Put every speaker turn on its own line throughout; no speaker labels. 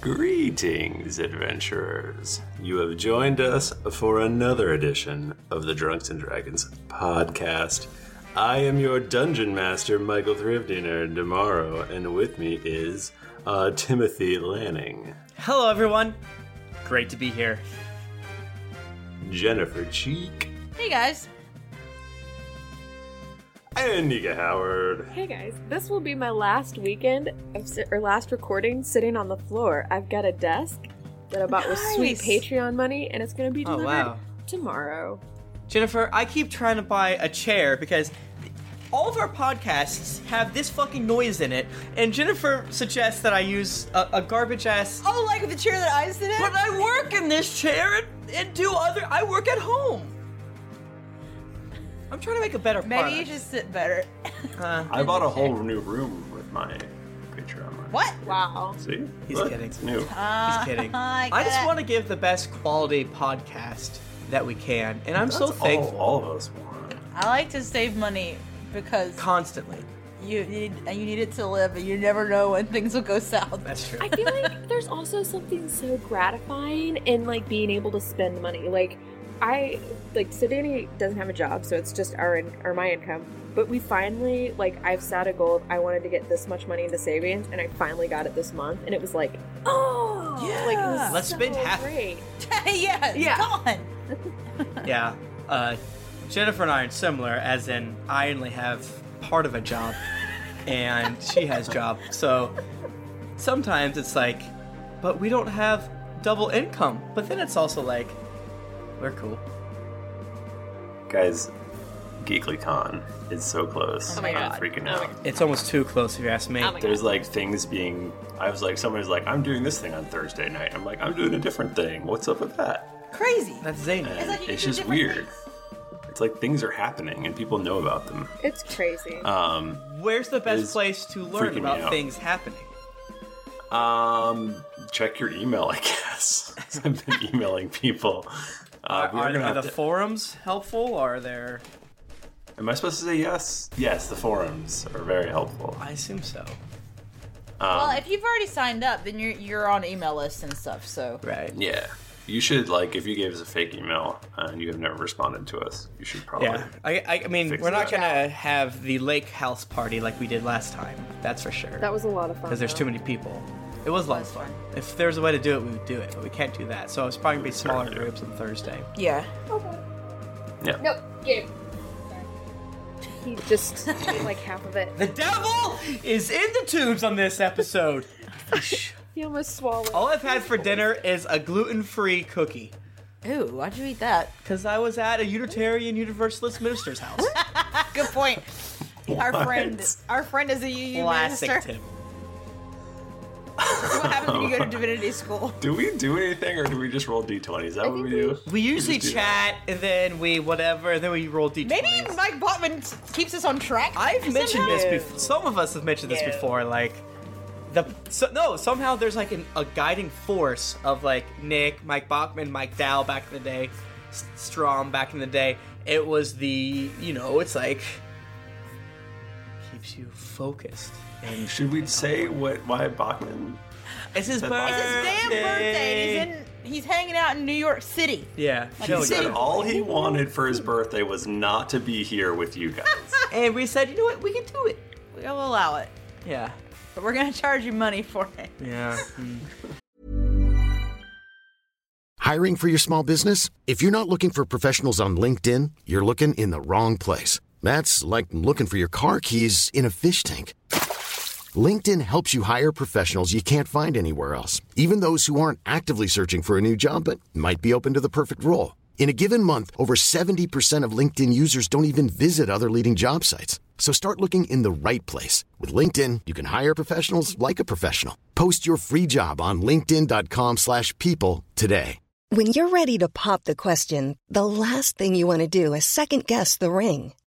Greetings, adventurers. You have joined us for another edition of the Drunks and Dragons podcast. I am your dungeon master, Michael Thrivdiner Demaro, and with me is uh, Timothy Lanning,
Hello, everyone. Great to be here.
Jennifer Cheek,
Hey guys.
and Nika Howard.
Hey guys, this will be my last weekend of si- or last recording sitting on the floor. I've got a desk that I bought with sweet
Nice.
Patreon money, and it's gonna be
Oh,
delivered
wow.
tomorrow.
Jennifer, I keep trying to buy a chair because all of our podcasts have this fucking noise in it, and Jennifer suggests that I use a, a garbage ass.
Oh, like the chair that I sit in?
But I work in this chair and, and do other. I work at home. I'm trying to make a better
Maybe you
product.
just sit better.
Uh,
I bought a whole new room with my Patreon money.
What?
Wow.
See?
He's
Look,
kidding.
It's new.
just kidding.
Oh. I,
I just want to give the best quality podcast that we can, and I'm so
That's all-
thankful
All, of us want.
I like to save money because
constantly.
you need you need it to live, and you never know when things will go south.
That's true.
I feel like there's also something so gratifying in like being able to spend money. Like I like so Danny doesn't have a job, so it's just our in- or my income. But we finally like I've set a goal. of I wanted to get this much money into savings, and I finally got it this month, and it was like oh like it was
Let's
so
spend half-
Great.
yeah,
Yeah.
Come on.
Yeah. Uh, Jennifer and I are similar, as in I only have part of a job, and she has job. So sometimes it's like, but we don't have double income. But then it's also like, we're cool.
Guys, GeeklyCon is so close.
Oh my
I'm
God.
freaking
Oh my
out.
It's almost too close, if you ask me.
Oh my
There's like things being. I was like, somebody's like, I'm doing this thing on Thursday night. I'm like, I'm doing a different thing. What's up with that?
Crazy.
That's zany.
And
like you
it's
do
just
different
weird. It's like things are happening and people know about them.
It's crazy.
Um,
Where's the
It's
best place to
freaking
learn
me
about
out.
things happening?
um, check your email, I guess. 'Cause I've been emailing people. Uh,
Are,
we are
are
gonna have
the
to-
forums helpful? Are there?
Am I supposed to say yes? Yes, the forums are very helpful. Um,
I assume so.
Um,
well, if you've already signed up, then you're you're on email lists and stuff. So
Right.
Yeah. You should, like, if you gave us a fake email and you have never responded to us, you should probably.
Yeah, I, I, I mean,
Fix
we're not
that.
gonna have the lake house party like we did last time. That's for sure.
that was a lot of fun.
because there's
though.
too many people. It was a lot of
That's
fun. If there was a way to do it, we would do it, but we can't do that. So it's probably gonna be smaller
Sure.
groups on Thursday.
yeah,
Yeah.
Nope, Gabe. He just ate like half of it.
The devil is in the tubes on this episode.
He almost swallowed.
All I've had for dinner is a gluten-free cookie.
ooh, why'd you eat that?
Cause I was at a Unitarian Universalist minister's house.
Good point. Our
What?
friend, our friend is a UU
Classic
minister.
Tim.
What happens when you go to divinity school?
Do we do anything or do we just roll d20? Is that what we do?
We usually
do
chat and then we whatever, and then we roll d20s.
Maybe Mike Botman keeps us on track.
I've mentioned this
No.
before. Some of us have mentioned this
No.
before. Like the so, no, somehow there's like an, a guiding force of like Nick, Mike Bachman, Mike Dow back in the day, S- Strom back in the day. It was the you know it's like keeps you focused. And
Should we say what why Bachman?
it's his birthday.
It's
It's his damn birthday. And he's in. He's hanging out in New York City.
Yeah,
He
no,
a
said
city.
yeah.
all he wanted for his birthday was not to be here with you guys.
and we said, you know what, we can do it.
We'll allow it,
Yeah,
but we're gonna charge you money for it.
yeah. mm.
Hiring for your small business? If you're not looking for professionals on LinkedIn, you're looking in the wrong place. That's like looking for your car keys in a fish tank. LinkedIn helps you hire professionals you can't find anywhere else, even those who aren't actively searching for a new job but might be open to the perfect role. In a given month, over 70% of LinkedIn users don't even visit other leading job sites. So start looking in the right place. With LinkedIn, you can hire professionals like a professional. Post your free job on linkedin.com/people slash people today.
When you're ready to pop the question, the last thing you want to do is second guess the ring.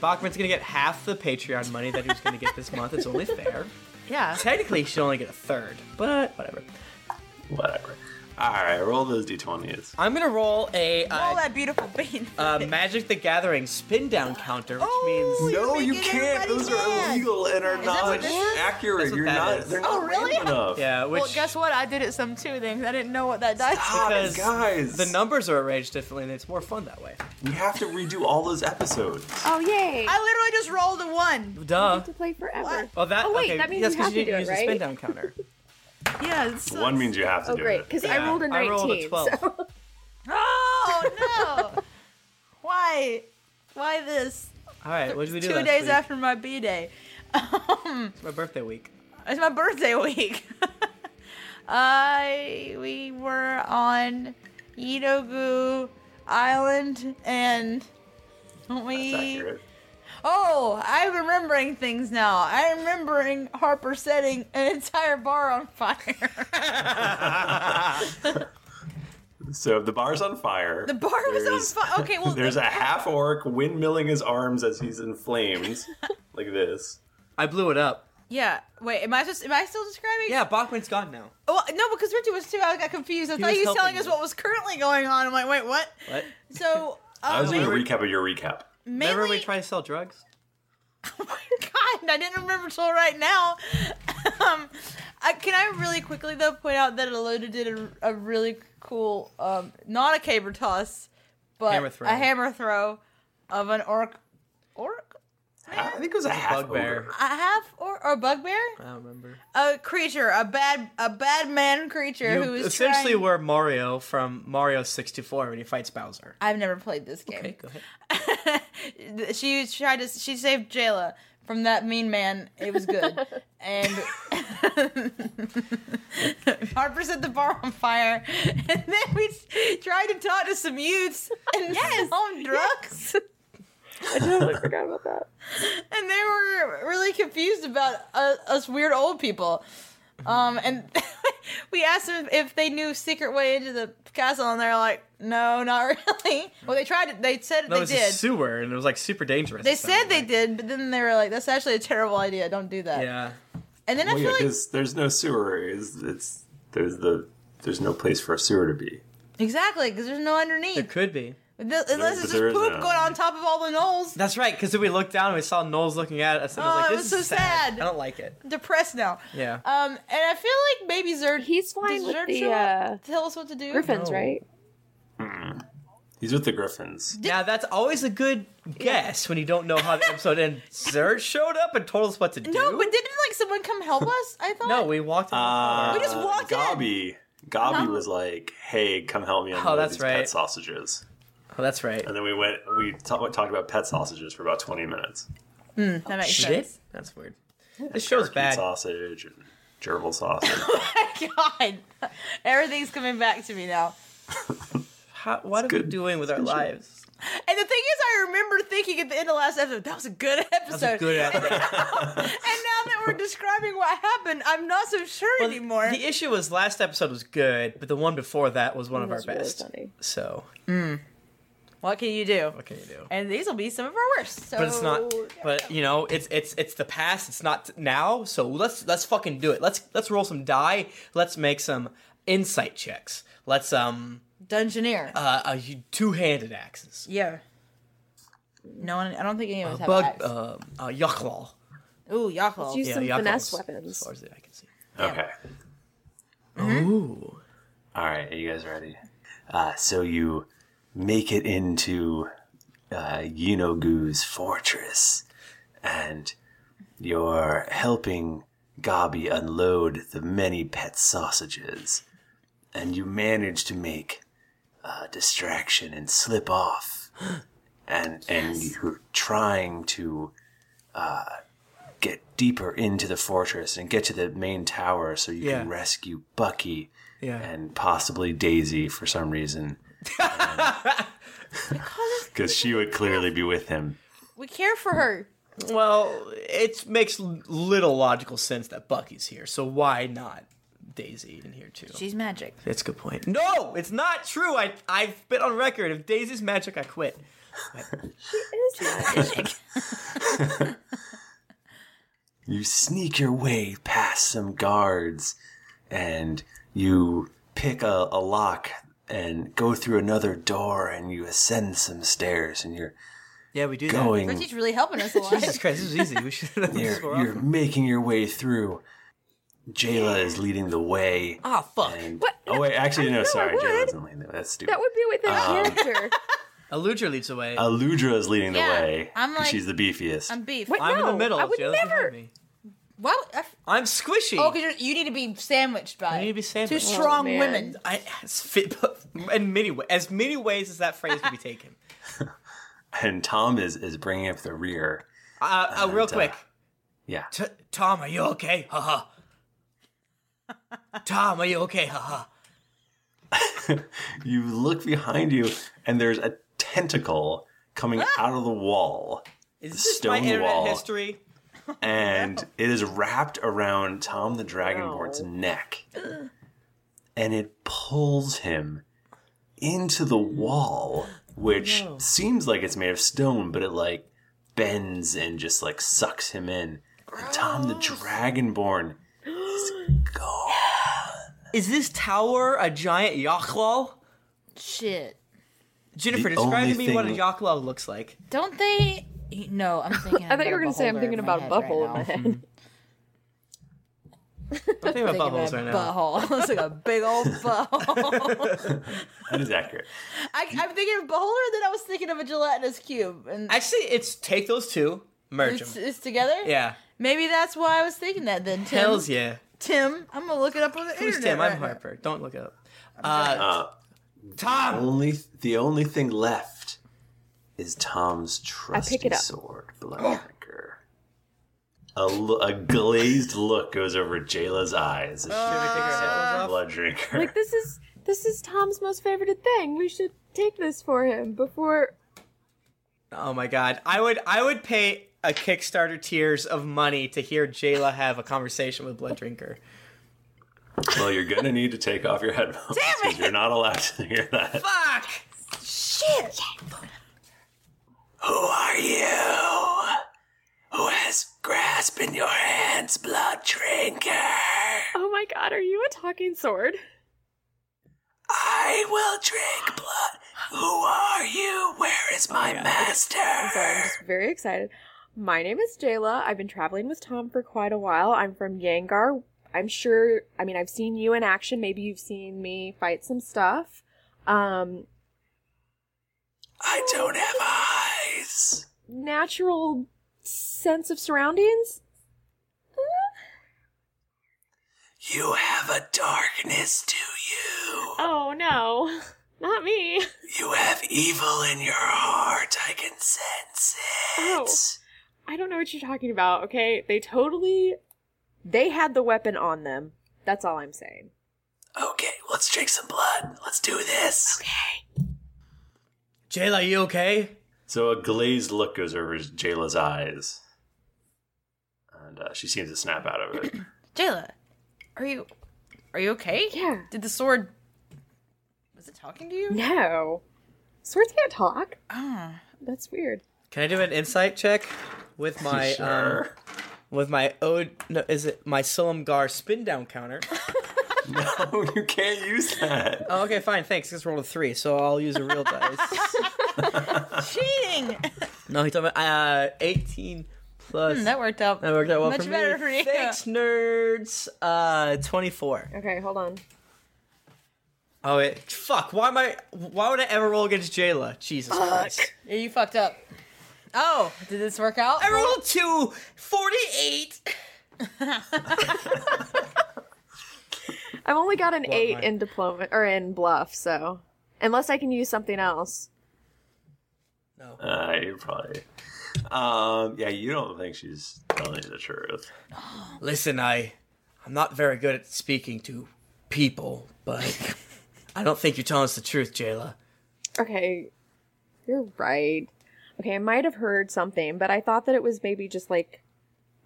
Bachman's gonna get half the Patreon money that he was gonna get this month. It's only fair.
Yeah.
Technically, he should only get a third, but whatever.
Whatever. All right, roll those d20s.
I'm gonna roll a
All
uh,
that beautiful bean.
uh, Magic the Gathering spin down counter, which
Oh,
means
No, you
making
can't.
everybody
Those
mad.
are illegal and are
what
not
it is?
accurate.
what
You're
that
not.
is.
They're not
Oh, really?
random enough.
yeah, which
well, guess what? I did it some two things. I didn't know what that dice.
Stop it,
because
guys.
the numbers are arranged differently, and it's more fun that way.
we have to redo all those episodes.
Oh yay!
I literally just rolled a one.
Duh.
to play forever.
What?
Well, that
Oh, wait,
okay,
that means
that's
you
'cause
have
you
to do it,
didn't use
right?
the spin down counter.
Yeah. It's,
One means you have to
Oh
do
great,
it.
because I rolled a
I
nineteen.
rolled a twelve.
so-
Oh no! Why? Why this?
All right, what did we do?
Two
last
days
week?
after my B day.
It's my birthday week.
It's my birthday week. I we were on Itogu Island and we.
It's accurate.
Oh, I'm remembering things now. I'm remembering Harper setting an entire bar on fire.
So the bar's on fire.
the bar was
There's-
on fire. Okay, well,
There's a half orc windmilling his arms as he's in flames, like this.
I blew it up.
yeah. Wait, am I just am I still describing?
Yeah, Bachman's gone now.
Oh, no, because Richard was too. I got confused. I
He
thought
was
he was
helping
telling us
you.
what was currently going on. I'm like, wait, what?
What?
So,
I
uh,
was doing a recap of your recap.
mainly,
Remember we tried to sell drugs?
God, I didn't remember till right now. um, I, can I really quickly though point out that Eloda did a, a really cool, um, not a caber toss, but
Hammer throw.
a hammer throw of an orc, orc,
I think it was a half
Bugbear.
ogre.
a half or or bugbear,
I don't remember.
a creature, a bad, a bad man creature
You
who is
essentially
trying-
were Mario from Mario 64 when he fights Bowser.
I've never played this game.
Okay, go ahead.
she tried to she saved Jayla from that mean man. It was good. and Harper set the bar on fire, and then we s- tried to talk to some youths and yes, on drugs,
I totally forgot about that.
and they were really confused about uh, us weird old people. Um, and we asked them if they knew secret way into the castle, and they're like, "No, not really." Well, they tried. To, they
Uh,
said
No, it
they
was
did.
a sewer, and it was like super dangerous.
They
It
said
sounded
they
like.
did, but then they were like, "That's actually a terrible idea. Don't do that."
Yeah.
And then I
Well, yeah,
feel like
because there's no sewer. It's, it's there's the there's no place for a sewer to be.
exactly because there's no
There
underneath,
could be.
Th- unless it's just
there
poop
is
going
no.
on top of all the knolls.
That's right, because we looked down and we saw Knowles looking at us, and I
Oh,
was like,
it
"This
was
is
so
sad.
sad.
I don't like it."
Depressed now.
Yeah.
Um, and I feel like maybe Zerd.
He's fine
does
with
Zerd
the,
show up
uh,
to tell us what to do.
Griffins, right?
He's with the griffins.
now that's always a good guess when you don't know how the episode ends. Zerd showed up and told us what to do.
No, but didn't like someone come help us? I thought.
no, we walked. In the
Uh,
car.
We just walked in.
Gobby. Gobby was like, "Hey, come help me
Oh,
unload
that's
these
right.
pet sausages."
oh, that's right.
And then we went. We ta- talked about pet sausages for about twenty minutes.
Hmm, that makes
She did.
sense.
That's weird. This show's
Turkey
bad.
Sausage and gerbil sausage.
God, everything's coming back to me now.
How, what are we
good.
doing with our lives?
And the thing is, I remember thinking at the end of last episode, that was a good episode.
That's a good episode.
And now that we're describing what happened, I'm not so sure
Well,
anymore.
The issue was last episode was good, but the one before that was one of our
That's really
best.
funny.
So
What can you do?
What can you do?
And these will be some of our worst. So
But it's not. But you know, it's it's it's the past. It's not now. So let's let's fucking do it. Let's let's roll some die. Let's make some insight checks. Let's um
Dungeoneer.
uh, uh two handed axes.
yeah. No one. I don't think any of us have
Bug
axe.
uh, uh yucklaw.
Ooh, Yakel.
Use some
yeah,
finesse
Yakals, As
weapons.
far as I can see.
Okay.
Ooh.
All right, are you guys ready? Uh, so you make it into uh, Yunogu's fortress, and you're helping Gabi unload the many pet sausages, and you manage to make a distraction and slip off, and and you're trying to uh, get deeper into the fortress and get to the main tower so you can
Yeah.
rescue Bucky
Yeah.
and possibly Daisy for some reason. Because she would clearly be with him.
We care for her.
Well, it makes l- little logical sense that Bucky's here, so why not Daisy in here too?
She's magic.
That's a good point. No, it's not true. I I've been on record. If Daisy's magic, I quit.
You sneak your way past some guards and you pick a, a lock and go through another door and you ascend some stairs and you're
Yeah, we do
going
Richie's really helping us a lot.
that. Jesus Christ, this is easy. We should have
you're,
this score
you're
off.
making your way through Jayla is leading the way
Ah, fuck.
and
What?
oh wait actually no
No,
sorry
what?
Jayla isn't leading the way that's stupid
That would be within character.
Aludra leads away.
Aludra is leading the
Yeah,
way
I'm
'cause
like-
she's the beefiest
I'm beef.
Wait,
I'm in the
no,
middle.
I would
she doesn't
never.
hurt me.
Why would- I f-
I'm squishy.
Oh, because you need to be sandwiched by
I need to be
two
sandwiched.
strong
Oh, man.
women.
I, as fit, in many wa- as many ways as that phrase can be taken.
and Tom is is bringing up the rear
Uh, uh, real
And, uh,
quick,
yeah
T- Tom, are you okay? Ha ha. Tom, are you okay? Ha ha.
you look behind you and there's a tentacle coming out of the wall
Ah! Is
The
this my
stone
internet
wall.
history?
and it is wrapped around Tom the Dragonborn's neck and it pulls him into the wall which seems like it's made of stone but it like bends and just like sucks him in and Tom the Dragonborn is gone
Is this tower a giant yaklal?
Shit.
Jennifer,
The
describe
only
to me what a
thing-
yaklal looks like.
Don't they? No, I'm thinking.
I thought you were going to say I'm thinking about a butthole in my head.
I'm thinking about buttholes right
Thinking a
now.
butthole. It's like a big old
oh,
butthole.
that is accurate
I, I'm thinking of butthole, and then I was thinking of a gelatinous cube, and
Actually, it's take those two, merge
it's,
them.
it's together.
Yeah.
Maybe that's why I was thinking that then. Tim.
Hells yeah.
Tim, I'm gonna look it up on the
Who's
internet.
Tim? I'm
right now.
Harper. Don't look it up. Uh, Tom!
only the only thing left is Tom's trusty
pick it up.
sword, Bloodbreaker. A, lo- a glazed look goes over Jayla's eyes as she takes a sip of Blood Drinker.
like this is this is Tom's most favorite thing. We should take this for him before.
Oh my god. I would I would pay a Kickstarter tiers of money to hear Jayla have a conversation with Blood Drinker.
well, you're gonna need to take off your headphones because you're not allowed to hear that.
Fuck!
Who are you? Who has grasp in your hands, Blood Drinker?
Oh my God, are you a talking sword?
I will drink blood. Who are you? Where
Oh
is my master?
Sorry, I'm just very excited. My name is Jayla. I've been traveling with Tom for quite a while. I'm from Yangar. I'm sure. I mean, I've seen you in action. Maybe you've seen me fight some stuff. Um,
I don't have eyes.
natural sense of surroundings.
You have a darkness to you.
Oh no, not me.
You have evil in your heart. I can sense it.
Oh, I don't know what you're talking about, okay? They totally they had the weapon on them. That's all I'm saying.
Okay, let's drink some blood. Let's do this.
Jayla, you okay?
So a glazed look goes over Jayla's eyes. And uh, she seems to snap out of it.
Jayla, are you are you okay?
Yeah.
Did the sword was it talking to you?
No. Swords can't talk.
Ah.
That's weird.
Can I do an insight check with my um, with my ode? No, is it my Silumgar spin down counter?
No, you can't use that.
Oh, okay, fine. Thanks. Just rolled a three, so I'll use a real dice.
Cheating.
No, he told me uh, eighteen plus.
Hmm, that worked out.
That worked out well
Much
for
better
me.
for you.
Thanks, nerds. Uh, twenty-four.
Okay, hold on.
Oh wait, fuck. Why am I? Why would I ever roll against Jayla? Jesus Christ!
Yeah, you fucked up. Oh, did this work out?
I rolled two forty-eight.
I've only got an eight
my-
in diploma or in bluff, so unless I can use something else.
Uh, you probably. Um, yeah, you don't think she's telling you the truth.
Listen, I, I'm not very good at speaking to people, but I don't think you're telling us the truth, Jayla.
Okay, you're right. Okay, I might have heard something, but I thought that it was maybe just like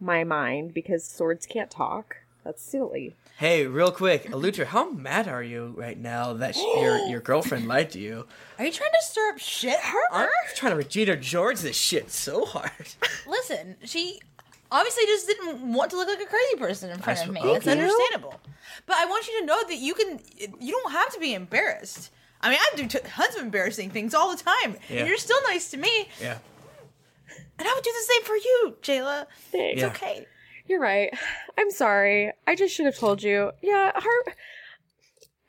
my mind because swords can't talk. That's silly.
Hey, real quick, Alutra, how mad are you right now that sh- your your girlfriend lied to you?
Are you trying to stir up shit,
I'm
Harper?
trying to Regina George this shit so hard.
Listen, she obviously just didn't want to look like a crazy person in front
I
of
s-
me. That's
okay.
understandable. But I want you to know that you can. You don't have to be embarrassed. I mean, I do t- tons of embarrassing things all the time.
Yeah.
And you're still nice to me,
Yeah.
and I would do the same for you, Jayla.
Thanks.
Yeah.
Okay.
You're right. I'm sorry. I just should have told you. Yeah, Harp.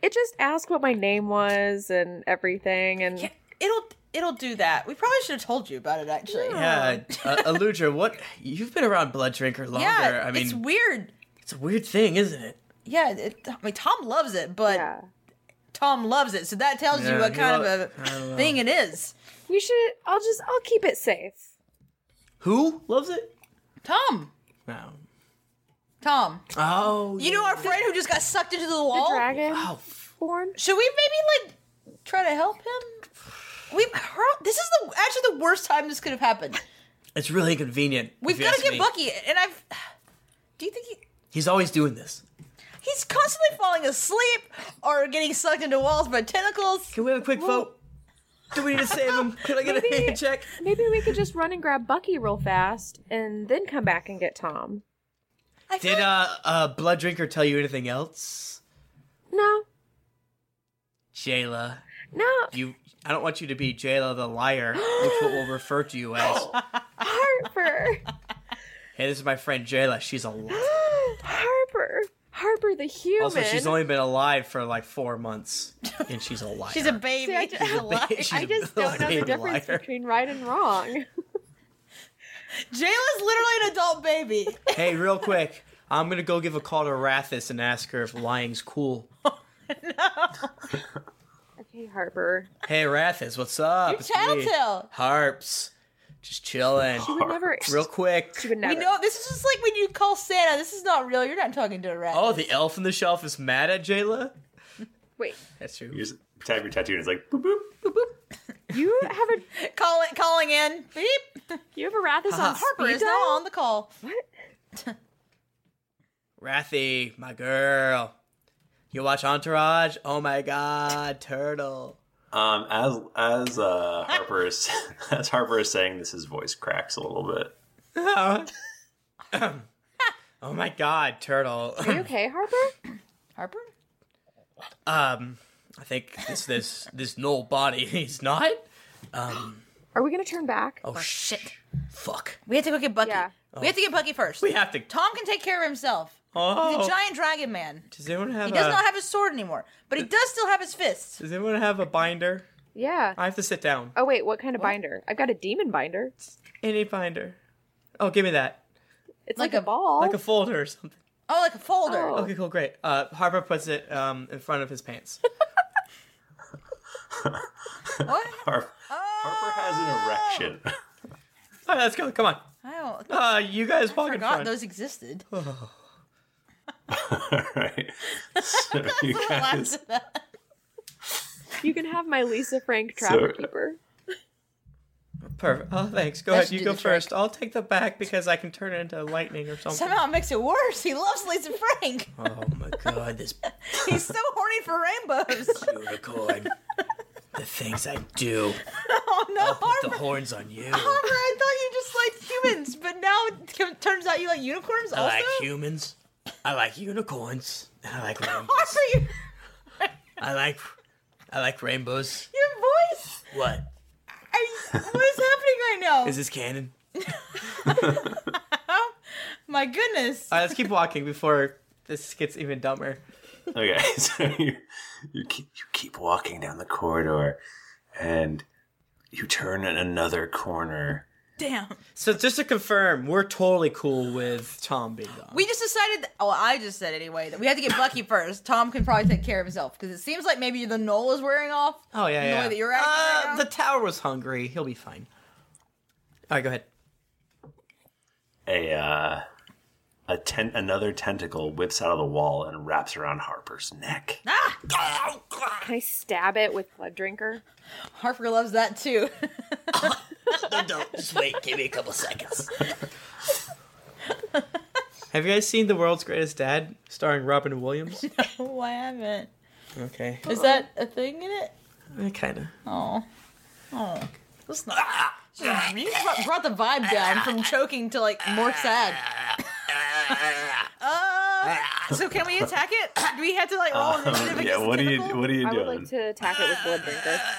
It just asked what my name was and everything, and
Yeah, it'll it'll do that. We probably should have told you about it actually.
Yeah, uh, Alutra, what you've been around Blood Drinker longer.
Oh. Yeah,
I mean,
it's weird.
it's a weird thing, isn't it?
Yeah, it, I mean Tom loves it, but
yeah.
Tom loves it, so that tells
Yeah,
you what
he
kind
lo- I
of
don't know.
a thing it is.
You should. I'll just. I'll keep it safe.
Who loves it?
Tom,
No.
Tom,
Oh,
you know our friend who just got sucked into the
The
wall.
dragon
Oh,
born.
should we maybe like try to help him? We've heard, this is the actually the worst time this could have happened.
it's really inconvenient. if
We've
you
got to
ask
get
me.
Bucky, and I've. Do you think he?
He's always doing this.
He's constantly falling asleep or getting sucked into walls by tentacles.
Can we have a quick vote? Do we need to save him? Can I get a
Maybe-
hand check?
Maybe we could just run and grab Bucky real fast and then come back and get Tom.
I feel
Did
like-
uh, uh Blood Drinker tell you anything else?
No,
Jayla,
no,
you I don't want you to be Jayla the liar, which we will refer to you as.
Harper,
Hey, this is my friend Jayla. She's a liar.
Harper, Harper the human.
Also, she's only been alive for like four months, and she's a liar.
she's a baby.
See, I
She's
ju-
a liar.
She's
I
a
just don't know the
big
difference
liar.
between right and wrong.
Jayla's literally an adult baby.
Hey, real quick, I'm gonna go give a call to Rathis and ask her if lying's cool.
okay, Harper.
Hey, Rathis, what's up? It's me.
Tattletale.
Harps, just chilling.
She would never.
Real quick.
She would never.
We know this is just like when you call Santa. This is not real. You're not talking to a rat.
Oh, the elf on the shelf is mad at Jayla.
Wait,
That's true.
You just tap your tattoo and it's like boop boop.
you have a
Call it, calling in. Beep.
you have a Rathus on
Harper
speed
is now
dial?
on the call.
Rathy, my girl. You watch Entourage? Oh my god, Turtle.
Um, as as uh, Harper is as Harper is saying this, his voice cracks a little bit.
oh my god, Turtle.
Are you okay, Harper?
Harper.
um, I think this this this null body. He's not. Um,
Are we gonna turn back?
Oh, sh-
Shit.
fuck.
We have to go get Bucky.
Yeah.
We have to get Bucky first.
We have to.
Tom can take care of himself. He's
Oh,
a giant dragon man.
does anyone have
He
a
does not have his sword anymore, but he does still have his fists.
Does anyone have a binder?
Yeah.
I have to sit down.
Oh wait, what kind of binder? I've got a demon binder.
Any binder? Oh, give me that.
It's
Like
like,
a-
a ball.
Like a folder or something.
Oh, like a folder.
Oh.
Okay, cool, great. Uh, Harper puts it um in front of his pants.
What?
Har- Harper has an erection.
All right, let's go. Come on.
I don't. I
Uh, you guys walk in
forgot
front.
those existed.
All right. So you guys,
You can have my Lisa Frank
So-
Trapper Keeper.
Perfect. Oh, thanks. Go
That
ahead.
should
You
do
go
the trick.
first. I'll take the back because I can turn it into lightning or something.
Somehow it makes it worse. He loves Lisa Frank.
Oh my god, this
He's so horny for rainbows.
unicorn. The things I do.
Oh no,
I'll put the
Harper.
horns on you.
Harper, I thought you just liked humans, but now it com- turns out you like unicorns
I
also.
like humans. I like unicorns. And I like rainbows.
Harper, you,
I like I like rainbows.
your voice.
What?
Are you, what is happening right now?
Is this canon?
My goodness.
Alright, let's keep walking before this gets even dumber.
Okay, so you you keep you keep walking down the corridor, and you turn in another corner.
Damn.
So just to confirm, we're totally cool with Tom being gone.
We just decided. That, well, I just said anyway that we had to get Bucky first. Tom can probably take care of himself because it seems like maybe the knoll is wearing off.
Oh yeah,
the
yeah.
way that you're acting right
uh,
now.
the tower was hungry. He'll be fine. All right, go ahead.
A uh, a ten- another tentacle whips out of the wall and wraps around Harper's neck.
Can I stab it with Blood Drinker?
Harper loves that too.
Just wait. Give me a couple seconds. Have you guys seen The World's Greatest Dad, starring Robin Williams?
Why haven't?
Okay, Eh,
Is that a thing in it?
kind of.
Oh, oh. That's not. You just brought, brought the vibe down from choking to like more sad. uh, so can we attack it? Do we have to like roll initiative against
Uh, Um, yeah,
the
what are you
tentacle?
what are you
I would
doing?
like to attack it with Blood Drinker.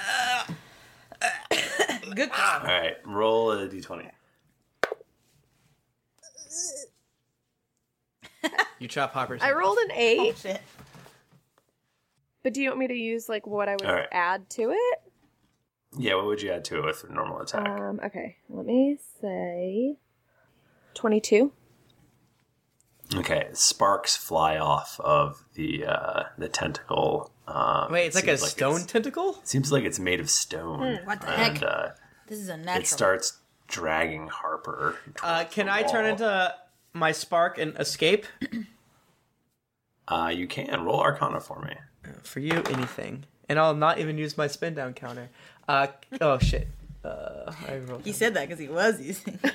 Good.
All right, roll a d20.
You chop hoppers.
I rolled an eight,
Oh, Shit.
but do you want me to use like what I would
All right.
add to it?
Yeah, what would you add to it with a normal attack?
Um, okay, let me say twenty-two.
Okay, sparks fly off of the uh, the tentacle. Um,
Wait, it's like a
seems
stone
it's-
tentacle.
seems like it's made of stone.
What the
and,
heck?
Uh,
This is a
it
natural.
starts dragging Harper.
Uh,
towards
can
the
I turn
wall.
into my spark and escape?
Uh, you can roll Arcana for me.
For you, anything, and I'll not even use my spin down counter. Uh, oh shit. Uh, I rolled.
He said that because he was using.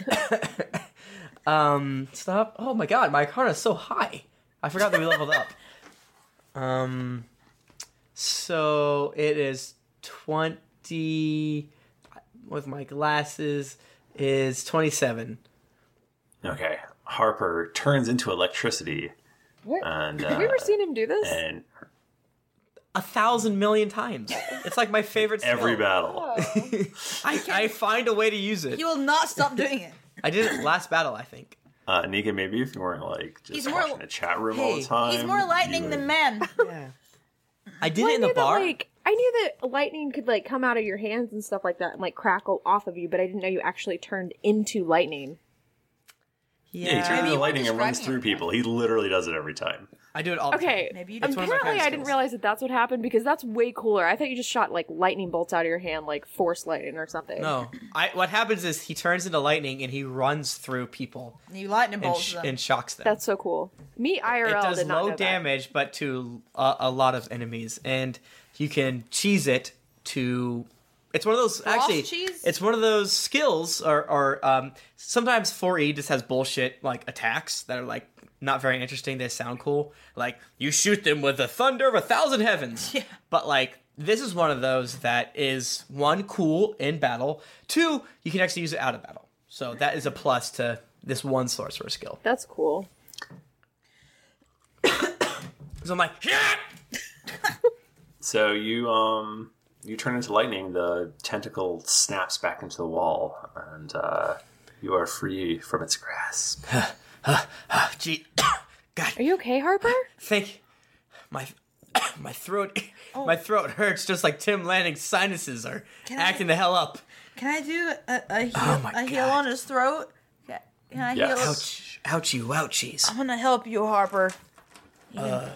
Um, stop. Oh my god, my car is so high. I forgot that we leveled up. Um, so it is 20 with my glasses is 27.
Okay, Harper turns into electricity,
What?
and
Have we
uh,
ever seen him do this?
and
A thousand million times. It's like my favorite skill.
every battle.
I, I find a way to use it.
he will not stop doing it.
I did it last battle, I think.
Uh, Nika, maybe if you weren't like just
He's more-
watching a chat room all
Hey,
the time,
He's more lightning than man.
I did
Well,
it
I
in the
knew that,
bar.
like I knew that lightning could like come out of your hands and stuff like that and like crackle off of you, but I didn't know you actually turned into lightning.
Yeah, he turns
Maybe you
into
weren't
lightning and runs
describing
through
it.
people. He literally does it every time.
I do it all the
Okay,
time.
Maybe you did. It's one of my
apparently
kinda
I didn't
skills.
realize that that's what happened because that's way cooler. I thought you just shot like lightning bolts out of your hand, like force lightning or something.
No. I, what happens is he turns into lightning and he runs through people
You lightning
and,
bolts
sh-
them.
and shocks them.
that's so cool. Me IRL
it does
did not
low
know
damage, but to a, a lot of enemies, and you can cheese it to. It's one of those actually.
cheese?
It's one of those skills, or, or um, sometimes 4E just has bullshit like attacks that are like not very interesting. They sound cool, like you shoot them with the thunder of a thousand heavens. Yeah. But like this is one of those that is one cool in battle. Two, you can actually use it out of battle, so that is a plus to this one sorcerer skill.
That. That's cool.
So I'm like,
So you um you turn into lightning. The tentacle snaps back into the wall, and uh, you are free from its grasp.
oh, gee, God,
Are you okay, Harper?
Thank my my throat
Oh.
my throat hurts just like Tim Lanning's sinuses are acting the hell up.
Can I do a,
Oh
a, heal,
my
a heal
God.
on his throat? Ca- Can I
Yes.
heal?
Ouch, ouchie, ouchies.
I'm gonna help you, Harper.
Uh,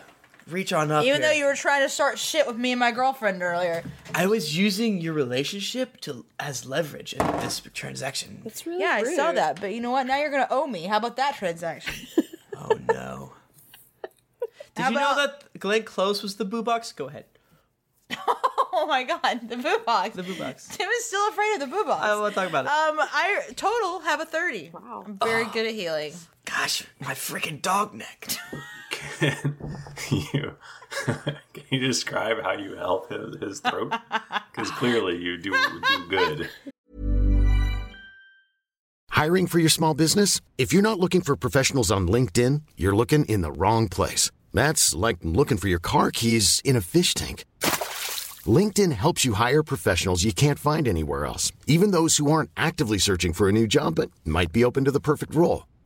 Reach on up.
Even
here.
though you were trying to start shit with me and my girlfriend earlier.
I was using your relationship to as leverage in this transaction.
It's really
Yeah, I saw
rude.
that. But you know what? Now you're gonna owe me. How about that transaction?
Oh no. Did
How
you know
about-
that Glenn Close was the boo box? Go ahead.
oh my god, the boo box.
The boo box.
Tim is still afraid of the boo box.
I want to talk about it.
Um, I total have a thirty.
Wow.
I'm very good at healing.
Gosh, my freaking dog neck.
Can you can you describe how you help his, his throat? Because clearly you do do good.
Hiring for your small business? If you're not looking for professionals on LinkedIn, you're looking in the wrong place. That's like looking for your car keys in a fish tank. LinkedIn helps you hire professionals you can't find anywhere else, even those who aren't actively searching for a new job but might be open to the perfect role.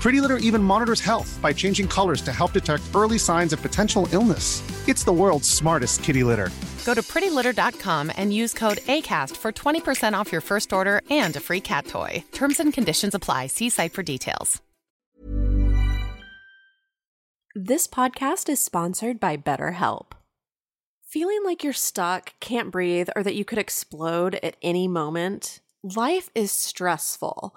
Pretty Litter even monitors health by changing colors to help detect early signs of potential illness. It's the world's smartest kitty litter.
Go to prettylitter.com and use code ACAST for 20% off your first order and a free cat toy. Terms and conditions apply. See site for details.
This podcast is sponsored by BetterHelp. Feeling like you're stuck, can't breathe, or that you could explode at any moment? Life is stressful.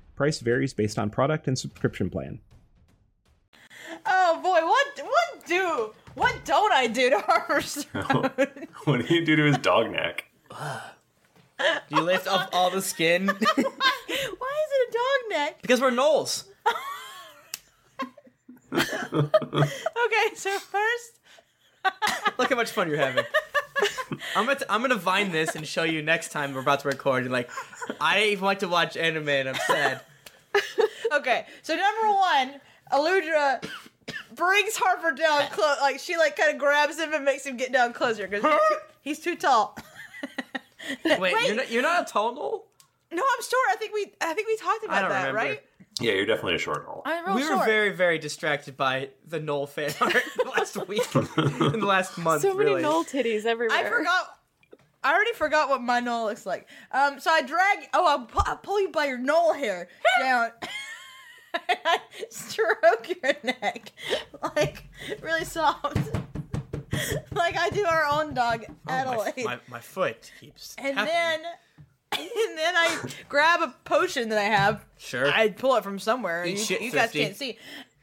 Price varies based on product and subscription plan.
Oh boy, what what do what don't I do to Harper's?
What do you do to his dog neck?
You lift off all the skin
Why is it a dog neck?
because we're gnolls.
Okay, so first
Look how much fun you're having. I'm gonna, I'm gonna vine this and show you next time we're about to record. You're like, I didn't even like to watch anime and I'm sad.
Okay, so number one, Aludra brings Harper down close. Like she like kind of grabs him and makes him get down closer because he's too tall.
Wait,
Wait.
You're, not, you're not a tall gnoll?
No, I'm sure. I think we I think we talked about
don't
that,
remember.
right?
Yeah, you're definitely a short haul.
I'm real
we
short.
were very, very distracted by the Knoll fan art last week, in the last month.
So many
really.
null titties everywhere.
I forgot. I already forgot what my knoll looks like. Um, so I drag. Oh, I, pu- I pull you by your knoll hair down. And I stroke your neck like really soft, like I do our own dog
Oh, My,
Adelaide.
my, my foot keeps.
and
tapping.
then, and then I grab a potion that I have.
Sure.
I pull it from somewhere.
Eat
You,
shit,
you guys
50.
can't see.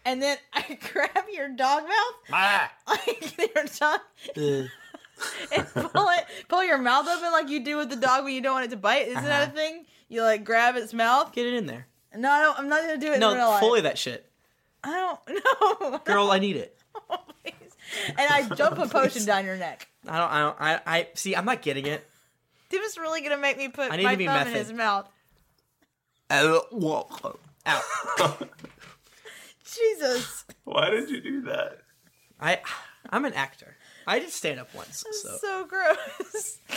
And then I grab your dog mouth,
Ah!
like your tongue, and pull it, pull your mouth open like you do with the dog when you don't want it to bite. Isn't that a thing? You like grab its mouth.
Uh-huh. Get it in there.
No, I don't, I'm not gonna do it. in real
no,
life.
fully that shit.
I don't know.
Girl, I need it.
and I dump a potion down your neck.
I don't. I don't. I. I see. I'm not getting it.
Tim is really gonna make me put
I need
my
to be
thumb in
method.
his mouth.
Ow.
Jesus,
Why did you do that?
I. I'm an actor. I did stand up once. So.
so gross.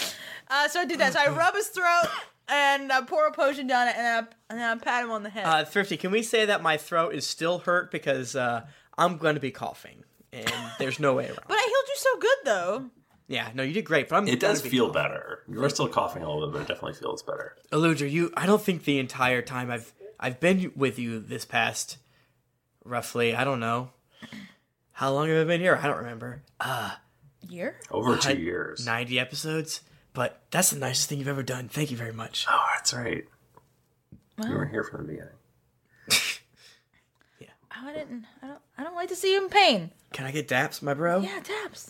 Uh, so I do that. So I rub his throat and I pour a potion down it, and I, and then I pat him on the head.
Uh, Thrifty, can we say that my throat is still hurt because uh, I'm going to be coughing and there's no way around.
but I healed you so good though.
Yeah, no, you did great, but I'm.
It
gonna
does
be
feel
coughing.
better. You're still coughing a little bit, but it definitely feels better.
Eludra, you I don't think the entire time I've I've been with you this past roughly, I don't know. How long have I been here? I don't remember. Uh
year?
Over two years.
90 episodes, but that's the nicest thing you've ever done. Thank you very much.
Oh, that's right. You
Oh.
were here from the beginning.
I didn't. I don't. I don't like to see you in pain.
Can I get daps, my bro?
Yeah, daps,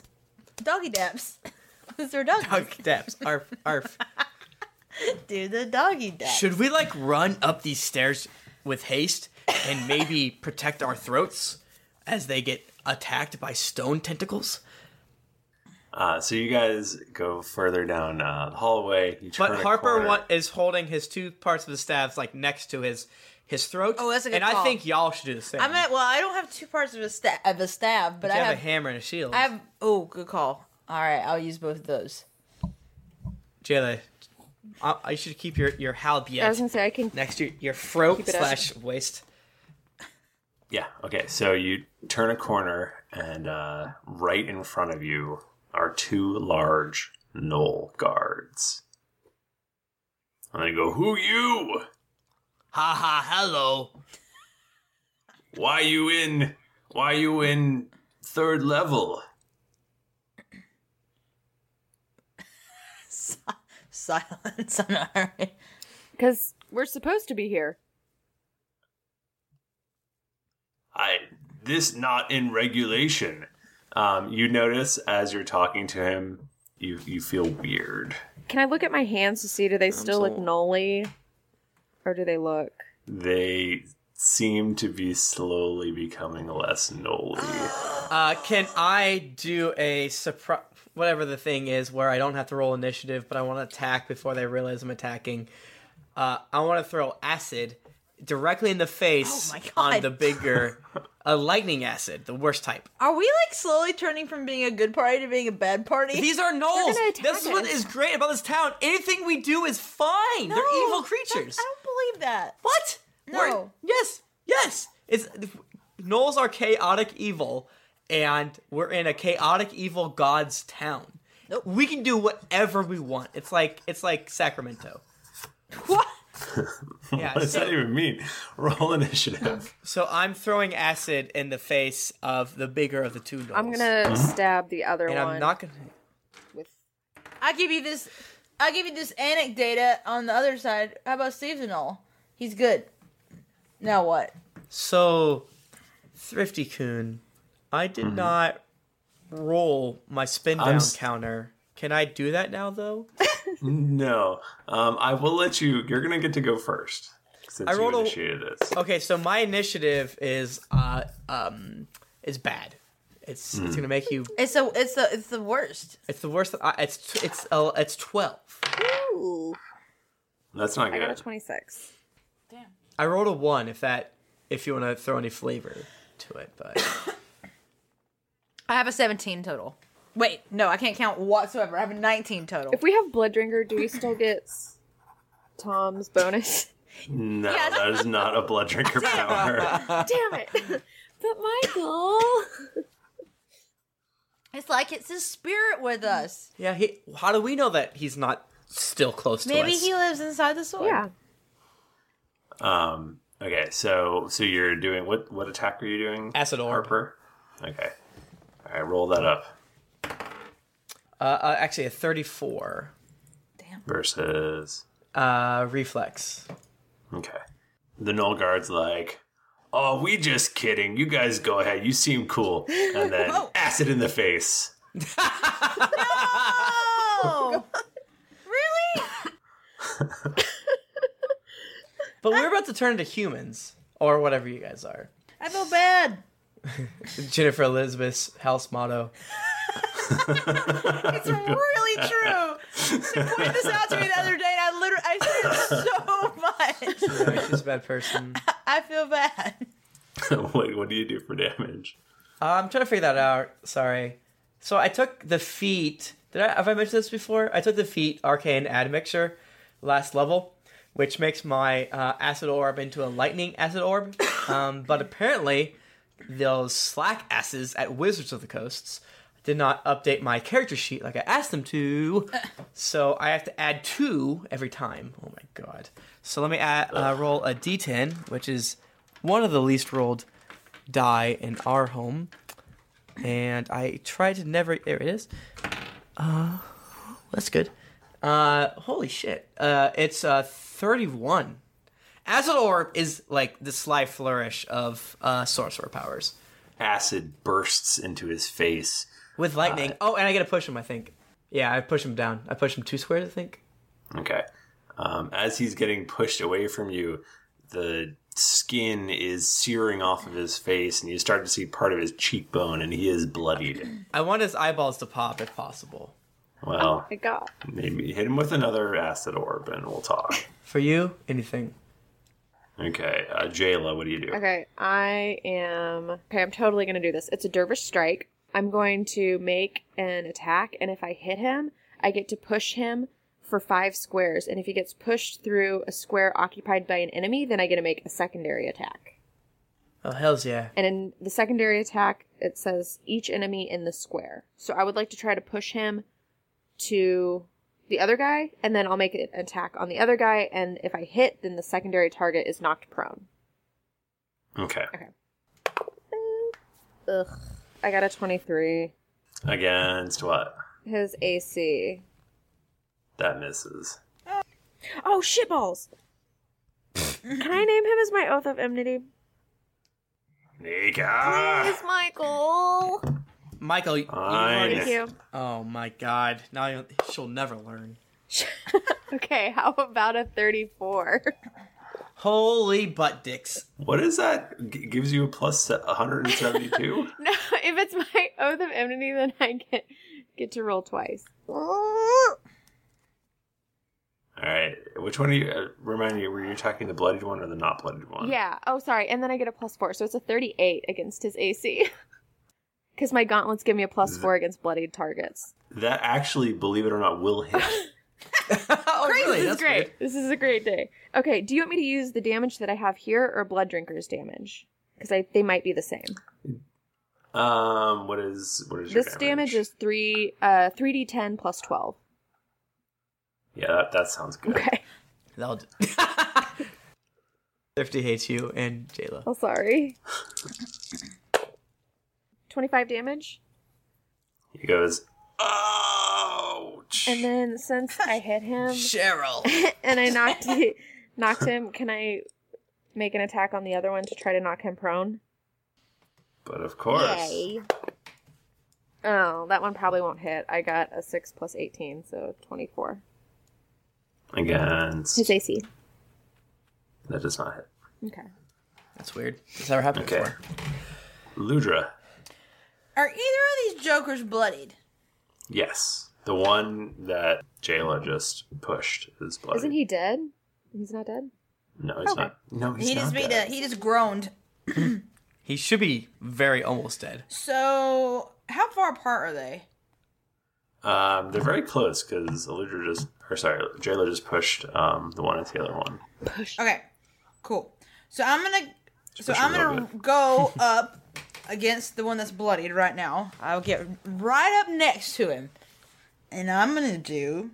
doggy daps. Is there doggy?
Dog daps. Arf arf.
Do the doggy daps.
Should we like run up these stairs with haste and maybe protect our throats as they get attacked by stone tentacles?
Uh, so you guys go further down uh, the hallway. You turn
But
a
Harper
corner.
wa- is holding his two parts of the staffs like next to his his throat.
Oh, that's a good
And
call.
I think y'all should do the same.
I meant. Well, I don't have two parts of a stab. Of a stab, but
you
I
have,
have.
a hammer and a shield.
I have. Oh, good call. All right, I'll use both of those.
Jayla, I, I should keep your your halberd.
I was gonna say I can
next to your, your throat
Keep it up.
slash waist.
Yeah. Okay. So you turn a corner, and uh, right in front of you are two large knoll guards. And they go, "Who you?
Ha ha! Hello.
Why you in? Why you in third level?"
Silence on our.
because we're supposed to be here.
I this not in regulation. Um, you notice as you're talking to him, you you feel weird.
Can I look at my hands to see do they still look nolly, or do they look?
They seem to be slowly becoming less gnolly.
Uh, can I do a surprise? Whatever the thing is, where I don't have to roll initiative, but I want to attack before they realize I'm attacking. Uh, I want to throw acid directly in the face
Oh my
on
God.
the bigger, uh, lightning acid, the worst type.
Are we like slowly turning from being a good party to being a bad party?
These are gnolls. This is what is great about this town. Anything we do is fine. They're evil creatures.
I don't believe that.
What?
No.
We're- yes. Yes. It's gnolls are chaotic evil, and we're in a chaotic evil god's town. We can do whatever we want. It's like it's like Sacramento. What? yeah.
what does
so-
that even mean? Roll initiative.
so I'm throwing acid in the face of the bigger of the two gnolls.
I'm
Mm-hmm.
gonna stab the other
and
one.
I'm not gonna.
I give you this. I give you this anecdata on the other side. How about Steve's and all? He's good. Now what?
So, Thrifty Coon, I did not roll my spin
Mm-hmm. I'm
down
s-
counter. Can I do that now, though?
no, um, I will let you. You're gonna get to go first since
I rolled
you
a-
initiated this.
Okay, so my initiative is uh um is bad. It's it's
Mm.
gonna make you.
It's the it's the it's the worst.
It's the worst. I, it's t- it's uh, it's twelve.
Ooh.
That's not
I got a
good.
26.
I rolled a one. If that if you want to throw any flavor to it, but
I have a 17 total. Wait, no, I can't count whatsoever. I have a 19 total.
If we have Blood Drinker, do we still get s- Tom's bonus?
No, that is not a blood drinker power.
Damn it! But Michael,
It's like it's his spirit with us.
yeah. He, how do we know that he's not still close to
Maybe
us?
he lives inside the sword. Yeah.
um. Okay. So so you're doing what? What attack are you doing?
Acid orb.
Harper. Okay. All right. Roll that up
uh, uh, actually, a thirty-four
versus.
uh, reflex.
Okay. The null guard's like, "Oh, we just kidding. You guys go ahead. You seem cool." And then
Oh,
acid in the face. Ah!
Oh! really?
But we're about to turn into humans, or whatever you guys are.
I feel bad.
Jennifer Elizabeth's house motto.
It's really true. She pointed this out to me the other day, and I literally I said it so much.
No, she's a bad person.
I feel bad.
Wait, what do you do for damage?
Uh, I'm trying to figure that out. Sorry. So I took the feat. Did I have I mentioned this before? I took the feat arcane admixture last level, which makes my uh, acid orb into a lightning acid orb. Um, but apparently, those slack asses at Wizards of the Coasts did not update my character sheet like I asked them to. So I have to add two every time. Oh my god! So let me add, uh, roll a d10, which is one of the least rolled die in our home. And I try to never. There it is. Uh, that's good. Uh, holy shit. Uh, it's uh 31. Acid Orb is like the sly flourish of uh sorcerer powers
Acid bursts into his face.
with lightning. oh, and I get to push him. I think. Yeah, I push him down. I push him two squares. I think.
Okay. Um, as he's getting pushed away from you, the skin is searing off of his face, and you start to see part of his cheekbone, and he is bloodied.
I want his eyeballs to pop if possible.
Well,
Oh, my god.
maybe hit him with another acid orb, and we'll talk.
For you, anything.
Okay, uh, Jayla, what do you do?
Okay, I am. Okay, I'm totally gonna do this. It's a dervish strike. I'm going to make an attack, and if I hit him, I get to push him for five squares. And if he gets pushed through a square occupied by an enemy, then I get to make a secondary attack.
Oh hell's yeah.
And in the secondary attack, it says each enemy in the square. So I would like to try to push him to the other guy, and then I'll make an attack on the other guy. And if I hit, then the secondary target is knocked prone.
Okay.
Ugh. I got a 23.
Against what?
His AC.
That misses.
Oh, shitballs! Can I name him as my Oath of Enmity?
Nika!
Michael!
Michael, you- you've
Fine.
already-
Thank you.
Oh my god. Now you, she'll never learn.
Okay, how about a 34?
Holy butt dicks.
What is that? G- gives you a plus 172?
no, if it's my Oath of Enmity, then I get, get to roll twice.
All right. Which one are you? Uh, remind me, were you attacking the blooded one or the not blooded one?
Yeah, oh, sorry. And then I get a plus 4, so it's a 38 against his AC. Because my gauntlets give me a plus 4 against bloodied targets.
That actually, believe it or not, will hit.
Great, This is Oh, great. This is a great day. Okay, do you want me to use the damage that I have here or Blood Drinker's damage? Because they might be the same.
um, what is what is your
This damage? is three uh three d ten plus twelve.
Yeah, that, that sounds good.
Okay.
That'll do. Thrifty hates you and Jayla.
Oh, sorry. Twenty five damage,
He goes, "Oh!"
and then since I hit him,
Cheryl,
and I knocked knocked him. Can I make an attack on the other one to try to knock him prone?
but of course.
Yay. Oh, that one probably won't hit. I got a six plus eighteen, so twenty four.
Against.
His AC.
That does not hit.
Okay.
That's weird. It's never happened
Okay.
before.
Ludra.
Are either of these jokers bloodied?
Yes. The one that Jayla just pushed is blooded.
Isn't he dead? He's not dead.
No, he's
Okay.
not. No, he's
he
not.
just made a he just groaned.
He should be very almost dead.
So how far apart are they?
Um, they're very close because Ludra just, or sorry, Jayla just pushed um, the one at the other one.
Okay, cool. So I'm gonna so
push
I'm
her a little
gonna go up against the one that's bloodied right now. I'll get right up next to him, and I'm gonna do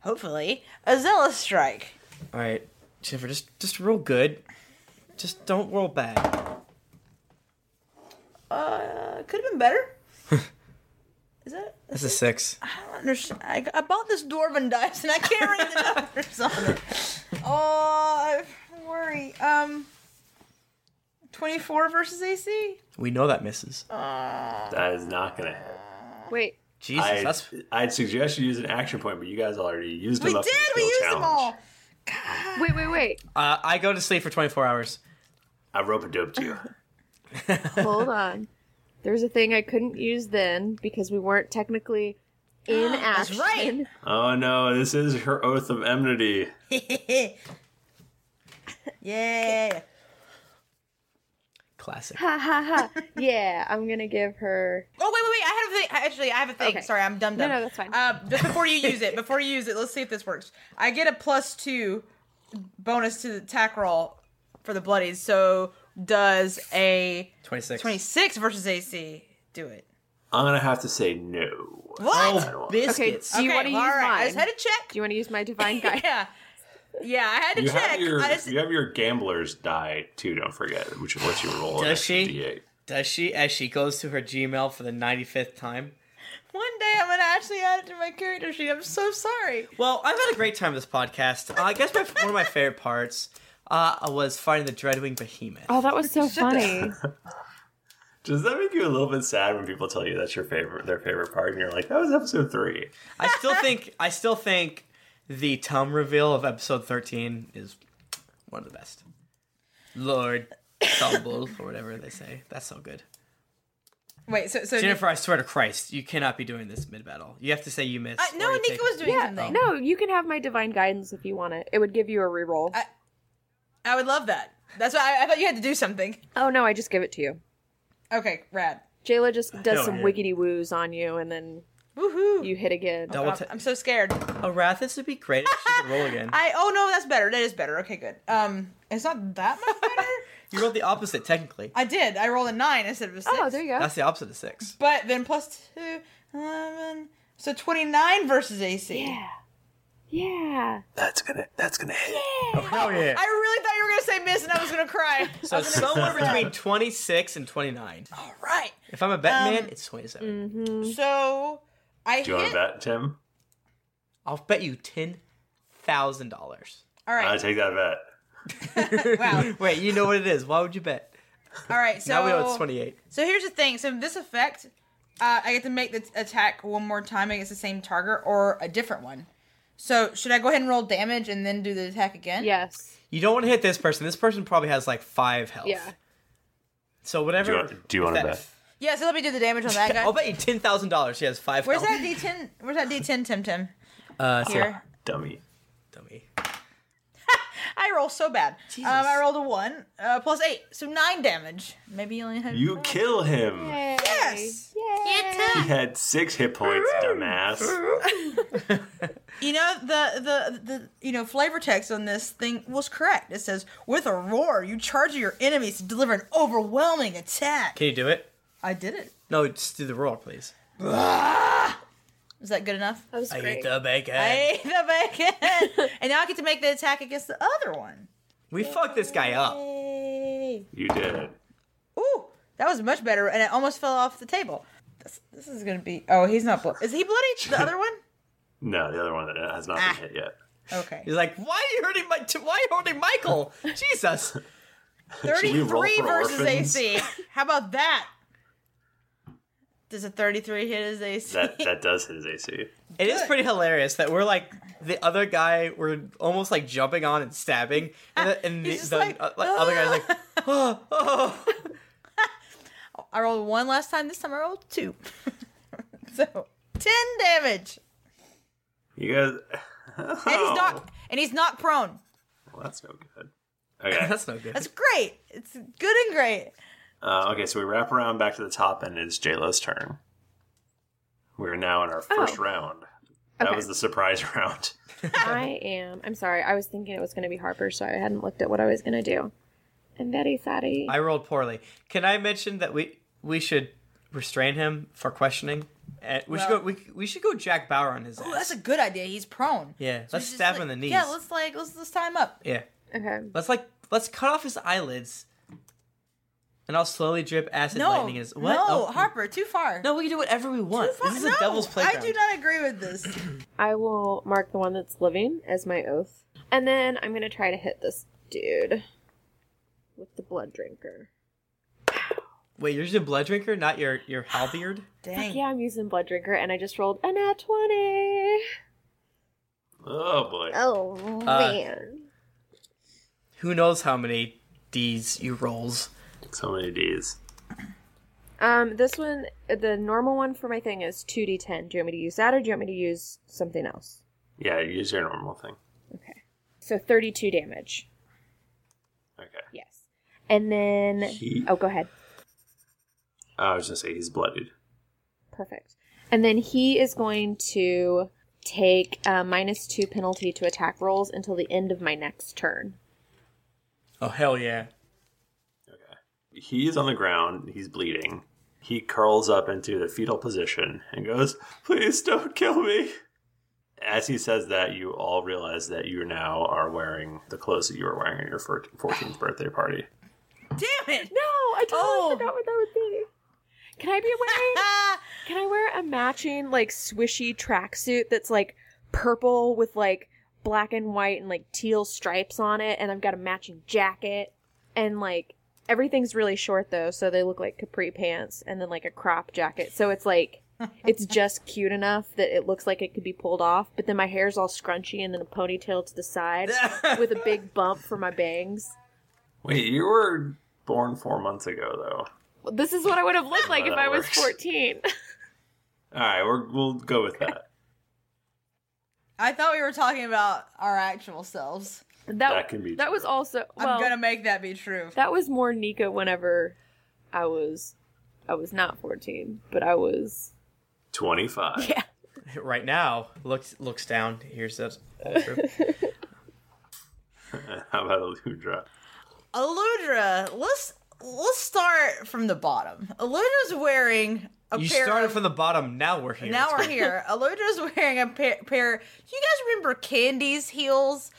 hopefully a zealous strike.
All right, Jennifer, just just roll good. Just don't roll bad.
Uh, could have been better. Is that?
That's a six.
I don't understand. I, I bought this dwarven dice and I can't read the numbers on it. Oh, I worry. Um, twenty-four versus AC.
We know that misses.
Uh,
That is not going to hit.
Wait.
Jesus,
I'd,
that's
I'd suggest you use an action point, but you guys already used them
we
up.
did.
in
We
the skill
used them
challenge.
all.
Wait, wait, wait.
Uh, I go to sleep for 24 hours.
I rope a dope to you.
Hold on. There's a thing I couldn't use then because we weren't technically in
That's
action.
Oh no, this is her oath of enmity.
yeah.
Classic.
Ha ha ha. Yeah, I'm gonna give her.
Oh wait, wait, wait! I have a thing. I- Actually, I have a thing. Sorry, I'm dumb.
No,
Dumb.
no, that's fine.
Uh, just before you use it, before you use it, let's see if this works. I get a plus two bonus to the attack roll for the bloodies. So does a
26.
twenty-six versus AC do it?
I'm gonna have to say no.
What?
Oh,
Okay, do you want to use
Okay, all right.
mine?
I just had to check.
Do you want to use my divine guide?
yeah. Yeah, I had to
You
check.
have your
I just-
you have your gambler's die too. Don't forget, which lets you roll. an
Does
extra
she?
D8.
Does she, as she goes to her Gmail for the 95th time?
one day I'm gonna actually add it to my character sheet. I'm so sorry.
Well, I've had a great time with this podcast. Uh, I guess my, one of my favorite parts uh, was fighting the Dreadwing Behemoth.
Oh, that was so funny.
Does that make you a little bit sad when people tell you that's your favorite, their favorite part, and you're like, that was episode three?
I still think I still think the Tom reveal of episode 13 is one of the best. Lord Stumble, or whatever they say. That's so good.
Wait, so so
Jennifer, I swear to Christ, you cannot be doing this mid battle. You have to say you missed.
uh,
or you take-
yeah, No, you can have my divine guidance if you want it. It would give you a reroll.
Uh, I would love that. That's why I, I thought you had to do something.
Oh no, I just give it to you.
Okay, rad.
Jayla just does
Hell
some
yeah.
wiggity woos on you, and then
woohoo,
you hit again.
Double ta-
I'm so scared.
Oh, Wrath, this would be great if she could roll again.
I oh no, that's better. That is better. Okay, good. Um, it's not that much better.
You rolled the opposite, technically.
I did. I rolled a nine instead of a six. Oh, there
you
That's the opposite of six.
But then plus two, 11. So twenty nine versus AC. Yeah.
Yeah.
That's gonna that's gonna hit.
Oh, hell yeah.
I really thought you were gonna say miss, and I was gonna cry. I
So
was gonna be
somewhere
sad.
between 26 and 29.
All right.
If I'm a bet
Um,
man, it's 27.
Mm-hmm. So I
Do you want
hit.
to bet, Tim?
I'll bet you $10,000.
All
I
right.
take that bet.
wow.
Wait, you know what it is. Why would you bet?
All right. So
now we know it's 28.
So here's the thing. So this effect, uh, I get to make the t- attack one more time against the same target or a different one. So should I go ahead and roll damage and then do the attack again?
Yes.
You don't want to hit this person. This person probably has like five health.
Yeah.
So whatever.
Do you want- do you want to bet?
Yeah. So let me do the damage on that guy.
I'll bet you ten thousand dollars. She has five.
Where's
health.
that D10? Where's that D10, Tim Tim?
Uh, so-
Here.
Dummy.
Dummy.
I roll so bad. Um, I rolled a one uh, plus eight, so nine damage. Maybe you only had.
You kill him.
Yes.
He had six hit points, dumbass.
You know the, the the you know flavor text on this thing was correct. It says with a roar you charge at your enemies to deliver an overwhelming attack.
Can you do it?
I did it.
No, just do the roll, please.
Is that good enough? That
was
I eat the bacon.
I ate the bacon, and now I get to make the attack against the other one.
We fucked this guy
Uh,
up.
Yay!
You did it.
Ooh, that was much better, and it almost fell off the table. This, this is gonna be. Oh, he's not. Blo- is he bloody? The other one?
No, the other one that has not been hit yet.
Okay.
Ah. He's like, why are you hurting my? Why are you hurting Michael? Jesus.
Should we roll
33
for
versus
orphans?
AC. How about that? Does a 33 hit his AC?
That that does hit his AC.
It is pretty hilarious that we're like the other guy. We're almost like jumping on and stabbing, and the, and the, the uh, like, other guy's like,
"Ah."
oh, oh.
I rolled one last time. This time I rolled two. so 10 damage.
You guys.
And he's
Oh.
knocked and he's knocked prone.
Well, that's no good. Okay,
that's no good.
That's great. It's good and great.
Uh, okay, so we wrap around back to the top, and it's JLo's turn. We're now in our first
Oh.
round. That
Okay.
was the surprise round.
I am. I'm sorry. I was thinking it was going to be Harper, so I hadn't looked at what I was going to do. I'm very sorry.
I rolled poorly. Can I mention that we we should restrain him for questioning? And we should
Well-
go. We, we should go Jack Bauer on his.
Oh, that's a good idea. He's prone.
Yeah,
So we
let's
just,
stab him
like-
in the knees.
Yeah, let's like let's let's tie him up.
Yeah.
Okay.
Let's like let's cut off his eyelids, and I'll slowly drip acid
No,
lightning. in His what?
no,
Oh,
Harper, too far.
No, we can do whatever we want.
Too far-
This is a
no,
devil's playground.
I do not agree with this.
I will mark the one that's living as my oath. And then I'm going to try to hit this dude with the blood drinker.
Wait, you're using blood drinker, not your your halberd.
Fuck yeah, I'm using blood drinker, and I just rolled a nat 20.
Oh boy.
Oh,
Uh,
man.
who knows how many D's you rolls.
So many D's.
Um, this one, the normal one for my thing is 2d10. Do you want me to use that or do you want me to use something else?
Yeah, use your normal thing.
So 32 damage.
Okay.
Yes. And then.
He-
Oh, go ahead.
Uh, I was gonna say he's bloodied.
Perfect. And then he is going to take a minus two penalty to attack rolls until the end of my next turn.
Oh hell yeah!
He's on the ground. He's bleeding. He curls up into the fetal position and goes, "Please don't kill me." As he says that, you all realize that you now are wearing the clothes that you were wearing at your fir- 14th birthday party.
Damn it! Oh.
No, I totally forgot what that would be. Can I be wearing? can I wear a matching like swishy tracksuit that's like purple with like black and white and like teal stripes on it, and I've got a matching jacket and like everything's really short though, so they look like capri pants, and then like a crop jacket. So it's like it's just cute enough that it looks like it could be pulled off, but then my hair's all scrunchy and then a ponytail to the side with a big bump for my bangs.
Wait, you were born four months ago, though.
Well, This is what I would have looked like
Well,
if
that
I was
works.
14.
All right, we're, we'll go with that.
I thought we were talking about our actual selves.
That,
That can be
That was also. well,
I'm gonna make that be true.
That was more Nika whenever I was. I was not 14, but I was.
Twenty-five.
Yeah.
Right now, looks looks down. Here's that. altar.
How about Aludra?
Aludra, let's let's start from the bottom. Aludra's wearing a
you
pair.
started from the bottom. Now we're here.
now we're here. Aludra's wearing a pair, pair. You guys remember Candy's heels,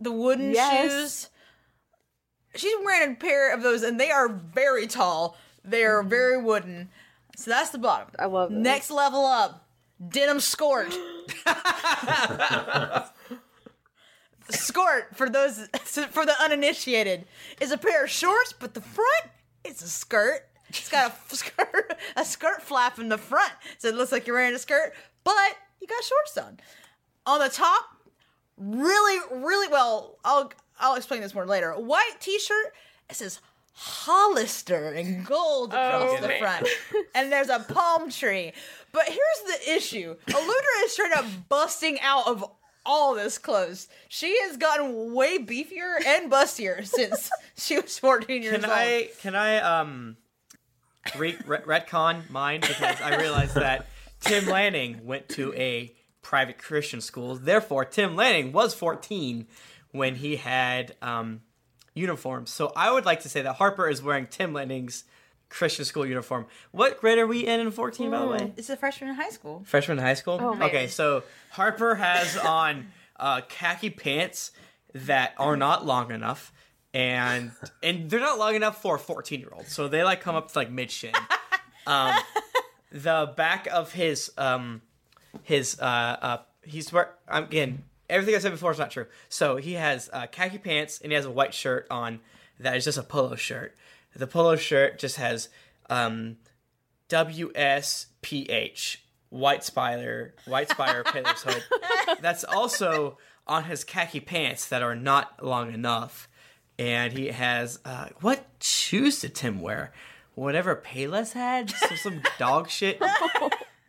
the wooden
Yes.
shoes. She's wearing a pair of those, and they are very tall. They are very wooden. So that's the bottom. I
love
it. Next level up, denim skirt. skirt for those for the uninitiated is a pair of shorts, but the front is a skirt. It's got a f- skirt, a skirt flap in the front, so it looks like you're wearing a skirt, but you got shorts on. On the top, really, really well. I'll I'll explain this more later. White T-shirt. It says Hollister in gold across
Oh,
the
man.
front, and there's a palm tree. But here's the issue: Aludra is straight up busting out of all this clothes. She has gotten way beefier and bustier since she was 14 years
Can
old.
I can I um re- re- retcon mine because I realized that Tim Lanning went to a private Christian school. Therefore, Tim Lanning was 14 when he had um, uniforms. So I would like to say that Harper is wearing Tim Lanning's Christian school uniform. What grade are we in in 14, by the way?
It's a freshman in high school.
Freshman in high school.
Oh, man.
okay, so Harper has on uh, khaki pants that are not long enough, and and they're not long enough for a fourteen year old. So they like come up to like mid shin. Um, the back of his um his uh, uh he's wear um, again everything I said before is not true. So he has uh, khaki pants and he has a white shirt on that is just a polo shirt. The polo shirt just has um WSPH, White Spire, White Spire, Paler's Hope. That's also on his khaki pants that are not long enough. And he has, uh, what shoes did Tim wear? Whatever Payless had? Some, some dog shit.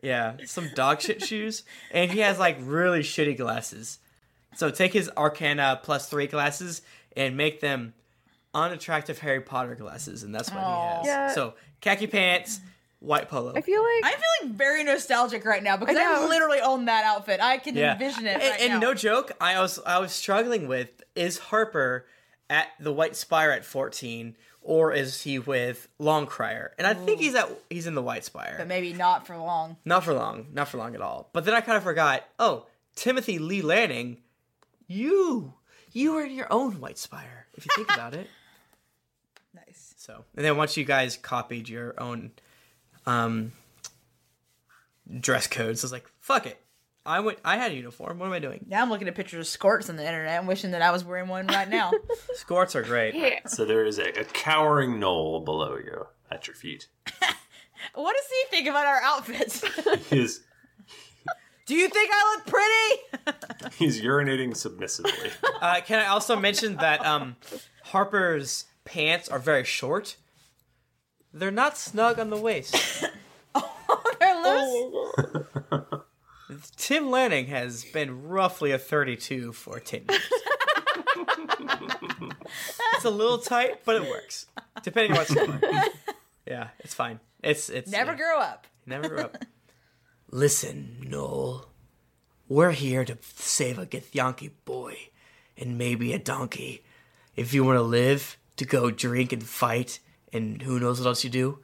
Yeah, some dog shit shoes. And he has like really shitty glasses. So take his Arcana plus three glasses and make them unattractive Harry Potter glasses. And that's what he has.
Yeah.
So khaki pants, white polo.
feel like
I'm feeling very nostalgic right now because
I
I,
know.
literally own that outfit. I can envision it
And,
right
and
now.
no joke, I was I was struggling with is Harper at the White Spire at 14 or is he with Longcrier? And I think he's at he's in the White Spire.
but maybe not for long.
Not for long, not for long at all. But then I kind of forgot, oh, Timothy Lee Lanning, you you were in your own White Spire if you think about it.
Nice.
So, and then once you guys copied your own um dress codes, I was like, fuck it. I went I had a uniform. What am I doing?
Now I'm looking at pictures of skirts on the internet and wishing that I was wearing one right now.
Skorts are great.
Yeah.
So there is a, a cowering knoll below you at your feet.
what does he think about our outfits?
His
Do you think I look pretty?
He's urinating submissively.
Uh, can I also mention that um, Harper's pants are very short? They're not snug on the waist.
They're loose.
Tim Lanning has been roughly a 32 for 10 years. it's a little tight, but it works. Depending on what's going on. Yeah, it's fine. It's it's
Never grow up.
Never grew up. Listen, Noel. We're here to save a Githyanki boy and maybe a donkey. If you want to live, to go drink and fight, and who knows what else you do,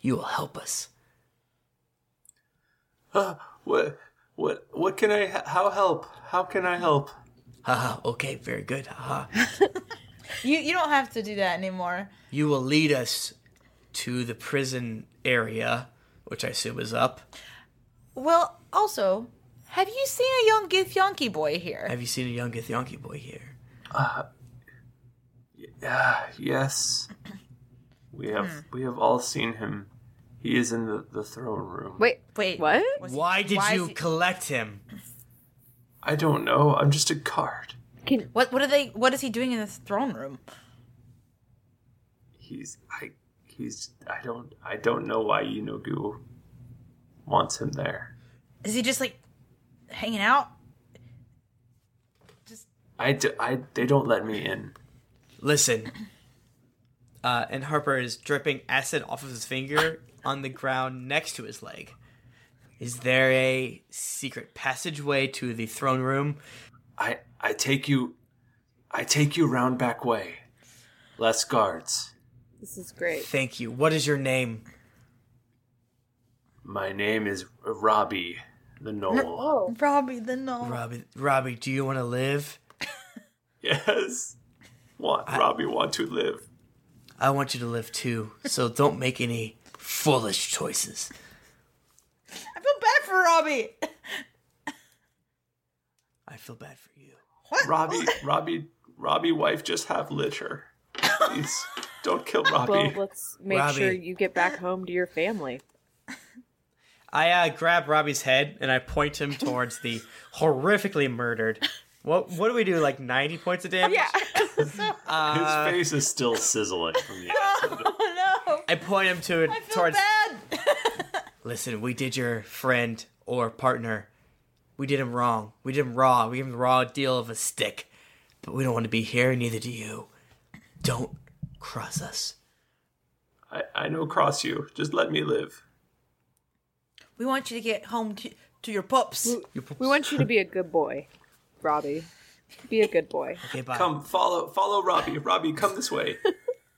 you will help us.
Ah, what? What? What can I? How help? How can I help?
Haha, okay, very good. Haha.
You you don't have to do that anymore.
You will lead us to the prison area, which I assume is up.
Well, also, have you seen a young Githyanki boy here?
Have you seen a young Githyanki boy here?
Uh, yeah, Ah, yes. We have
Hmm.
we have all seen him. He is in the, the throne room.
Wait,
wait,
what? Why did
why is
you
he-
collect him?
I don't know. I'm just a card.
what what are they? What is he doing in the throne room?
He's I he's I don't I don't know why Inogu wants him there.
Is he just like hanging out?
I, d- I they don't let me in.
Listen. Uh, and Harper is dripping acid off of his finger on the ground next to his leg. Is there a secret passageway to the throne room?
I I take you I take you round back way. Less guards.
This is great.
Thank you. What is your name?
My name is Robbie the Knoll.
Robbie the gnome.
Robbie, Robbie, do you want to live?
yes. Want Robbie want to live.
I want you to live too, so don't make any foolish choices.
I feel bad for Robbie.
I feel bad for you.
Robbie Robbie Robbie wife just have litter. Please don't kill Robbie.
Well, let's make sure
Robbie.
you get back home to your family.
I uh, grab Robbie's head and I point him towards the horrifically murdered. What what do we do? Like ninety points of damage? Yeah. Uh,
His face is still sizzling from the
Oh no!
I point him to
I feel
towards.
bad.
Listen, we did your friend or partner. We did him wrong. We did him raw. We gave him the raw deal of a stick. But we don't want to be here. Neither do you. Don't cross us.
I, I know cross you. Just let me live.
We want you to get home to, to your pups.
We want you to be a good boy, Robbie. Be a good boy.
Okay,
Come follow follow Robbie. Robbie, come this way.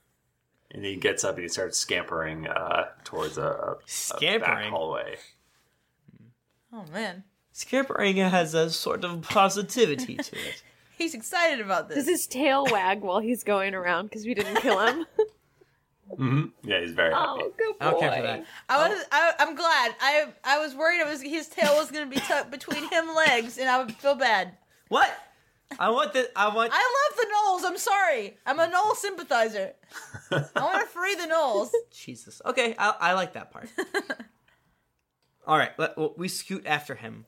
and he gets up and he starts scampering uh, towards a, a- a back
Scampering?
hallway.
Oh man,
Scampering has a sort of positivity to it.
he's excited about this.
Does his tail wag while he's going around because we didn't kill him?
hmm Yeah, he's very happy.
oh, good boy.
I don't care for that.
I was. I, I'm glad. I I was worried. It was his tail was going to be tucked between him legs, and I would feel bad.
What? I want the. I want.
I love the Knolls. I'm sorry. I'm a Knoll sympathizer. I want to free the Knolls.
Jesus. Okay, I, I like that part. All right, let, well, we scoot after him.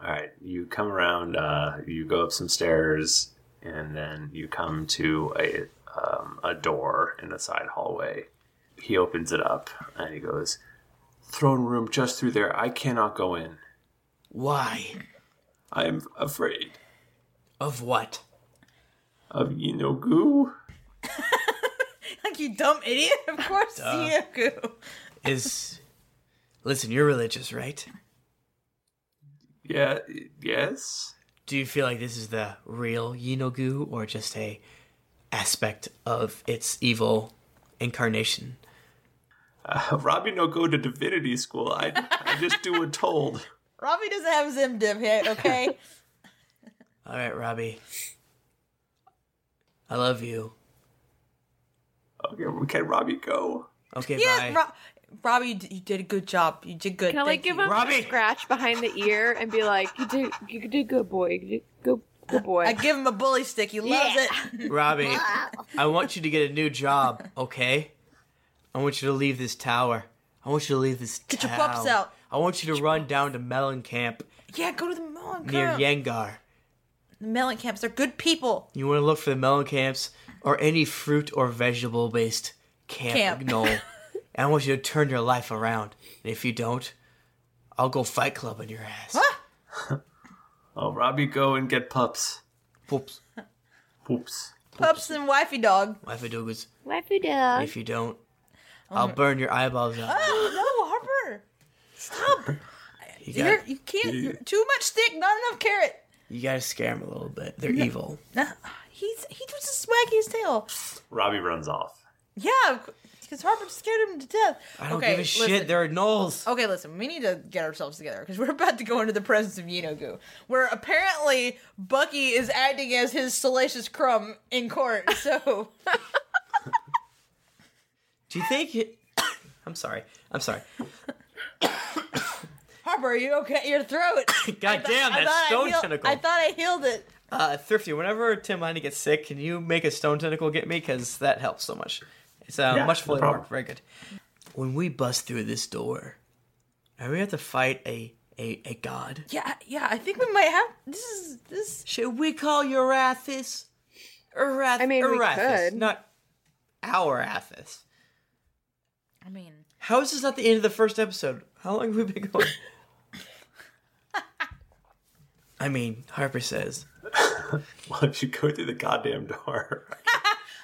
All right, you come around. Uh, you go up some stairs, and then you come to a um, a door in the side hallway. He opens it up, and he goes, "Throne room just through there. I cannot go in.
Why?
I am afraid
Of what?
of Inogu."
like you dumb idiot. Of course,
Duh.
Yuku.
Is. Listen, you're religious, right?
Yeah. Yes.
Do you feel like this is the real Yinogu or just a aspect of its evil incarnation?
Uh, Robbie no go to divinity school. I, I just do what told.
Robbie doesn't have Zim Div hit. Okay.
All right, Robbie. I love you.
Okay, can Robbie go?
Okay,
yeah,
bye.
Ro- Robbie, you d- you did a good job. You did good.
Can I like
Thank
give
you.
him
Robbie!
a scratch behind the ear and be like, "You did, you did good, boy. You did good, good boy."
I give him a bully stick. He loves it.
Robbie, I want you to get a new job, okay? I want you to leave this tower. I want you to leave this
Get your
town.
pups out.
I want you to run down to Melon Camp
Yeah, go to the melon camp.
near Yengar.
The melon camps are good people.
You want to look for the melon camps or any fruit or vegetable based camp,
Camp.
knoll. and I want you to turn your life around. And if you don't, I'll go fight club on your ass.
I'll rob you go and get pups.
Poops.
Poops.
Pups and wifey dog.
Life of Douglas.
Wifey
And
dog.
If you don't,
Oh
I'll
my-
burn your eyeballs out.
Oh no, Harper! Stop.
You
You're-
got,
you can't. You're too much stick, not enough carrot.
you got to scare them a little bit. They're evil.
Nah, He's he was just smacking his tail.
Robbie runs off.
Yeah, because Harper scared him to death.
I don't
okay,
give a shit.
listen.
They're gnolls.
Okay, listen. We need to get ourselves together because we're about to go into the presence of Yinogu, where apparently Bucky is acting as his salacious crumb in court. So
Do you think it. I'm sorry. I'm sorry.
Harper, are you okay? Your throat.
God damn,
I
that
thought I
stone
healed-
tentacle.
I thought I healed it.
Uh, Thrifty, whenever Tim Liney gets sick, can you make a stone tentacle get me? Because that helps so much. It's uh,
Yeah,
much
no
fully
problem.
marked. Very good. When we bust through this door, are we gonna have to fight a, a, a god?
Yeah, yeah. I think we might have. This is this.
Should we call Urathis? Urath-
I mean, we
Arathis,
could.
Not our Athis.
I mean,
How is this not the end of the first episode? How long have we been going? I mean, Harper says.
Why don't you go through the goddamn door?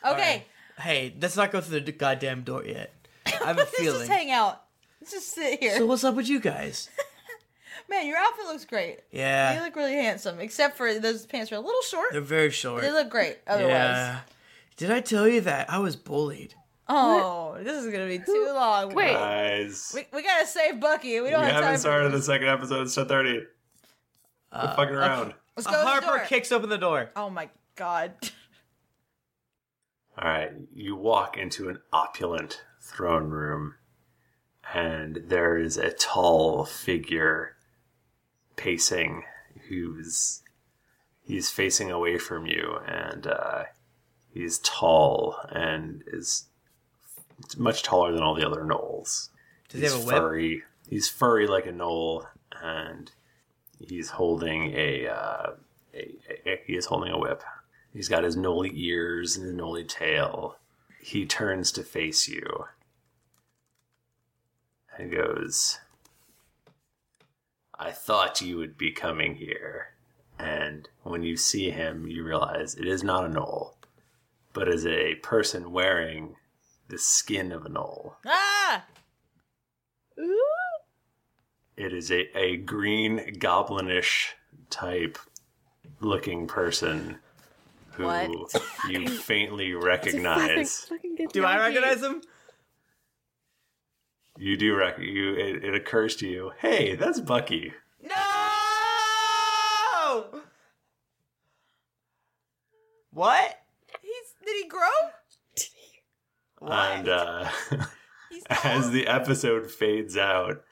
Okay,
Hey, let's not go through the goddamn door yet. I have a feeling.
let's hang out. Let's just sit here.
So what's up with you guys?
Man, your outfit looks great.
Yeah.
You look really handsome, except for those pants are a little short.
They're very short.
They look great otherwise.
Yeah. Did I tell you that I was bullied?
Oh, this is gonna be too long.
Wait. Guys.
we, we gotta save Bucky. We
We
don't have
haven't
time. For-
started the second episode. It's 10.30. We're
Uh,
fucking around.
Let's go to the
Harper
door.
kicks open the door.
oh my god.
All right, you walk into an opulent throne room, and there is a tall figure pacing who's he's facing away from you, and uh, he's tall and is much taller than all the other gnolls.
Does he
he's
have a whip?
furry. He's furry like a gnoll, and he's holding a, uh, a, a he is holding a whip. He's got his gnolly ears and his gnolly tail. He turns to face you and goes, I thought you would be coming here. And when you see him, you realize it is not a knoll, but is a person wearing the skin of a knoll.
ah! Ooh.
It is a, a green goblinish type looking person who
What?
you faintly recognize.
Do I recognize him?
You do rec- you it, it occurs to you, hey, that's Bucky.
Oh.
No! What?
He's did he grow?
And uh, as the episode fades out,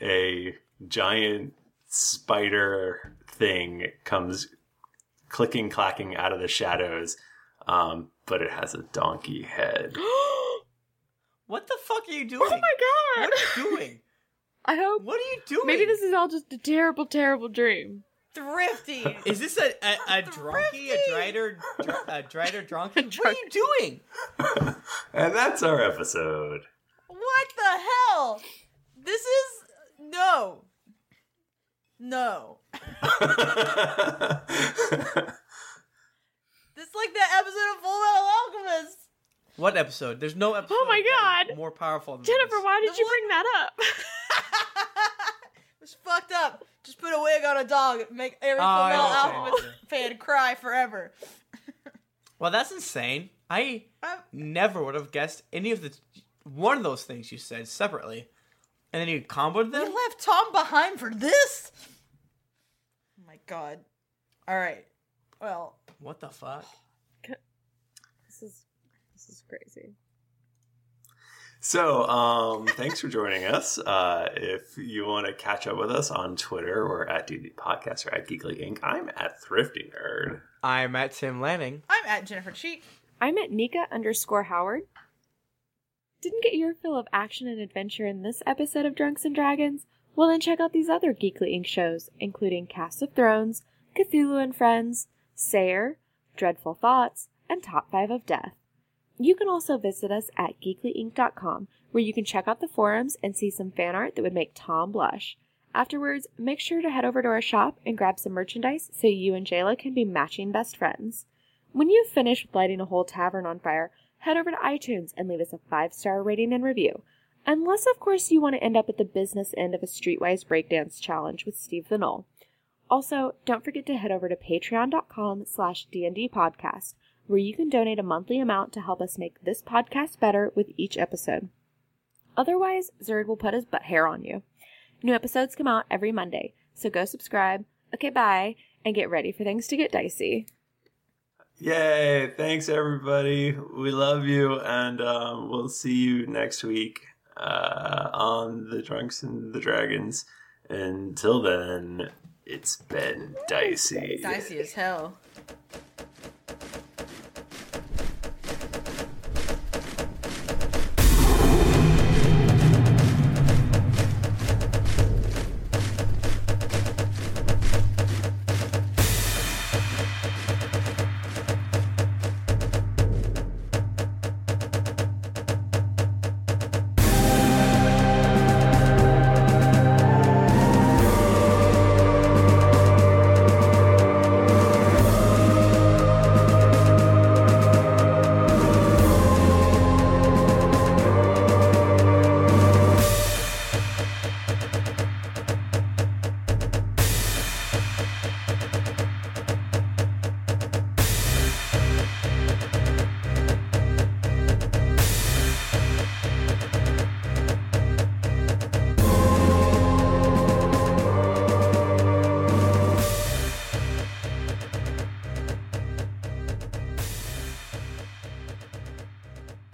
a giant spider thing comes clicking clacking out of the shadows, um, but it has a donkey head.
What the fuck are you doing? Oh
my
god! What are you doing?
I hope.
What are you doing?
Maybe this is all just a terrible, terrible dream.
Thrifty.
Is this a a, a drunkie, a drider, dr- a drider drunkie? What are you doing?
And that's our episode.
What the hell? This is no. No. this is like that episode of Full Metal Alchemist.
What episode? There's no episode.
Oh my
that is More powerful than
Jennifer,
this.
why did you bring that up?
It's fucked up. Just put a wig on a dog, and make every
Oh,
Full
I
Metal
understand.
Alchemist fan cry forever.
Well, that's insane. I never would have guessed any of the one of those things you said separately, and then you comboed
We
them.
left Tom behind for this. Oh my god. All right. Well,
What the fuck?
this is this is crazy.
So, um, thanks for joining us. Uh, if you want to catch up with us on Twitter, we're at DD Podcast or at Geekly Inc. I'm at Thrifty Nerd.
I'm at Tim Lanning.
I'm at Jennifer Cheek.
I'm at Nika underscore Howard. Didn't get your fill of action and adventure in this episode of Drunks and Dragons? Well, then check out these other Geekly Inc. shows, including Cast of Thrones, Cthulhu and Friends, Sayer, Dreadful Thoughts, and Top 5 of Death. You can also visit us at geeklyinc.com, where you can check out the forums and see some fan art that would make Tom blush. Afterwards, make sure to head over to our shop and grab some merchandise so you and Jayla can be matching best friends. When you've finished with lighting a whole tavern on fire, head over to iTunes and leave us a five star rating and review. Unless, of course, you want to end up at the business end of a streetwise breakdance challenge with Steve the Knoll. Also, don't forget to head over to patreon.com slash D&D podcast, where you can donate a monthly amount to help us make this podcast better with each episode. Otherwise, Zerd will put his butt hair on you. New episodes come out every Monday, so go subscribe. Okay, bye, and get ready for things to get dicey.
Yay! Thanks, everybody. We love you, and um, we'll see you next week uh, on the Drunks and the Dragons. Until then, it's been dicey.
Dicey as hell.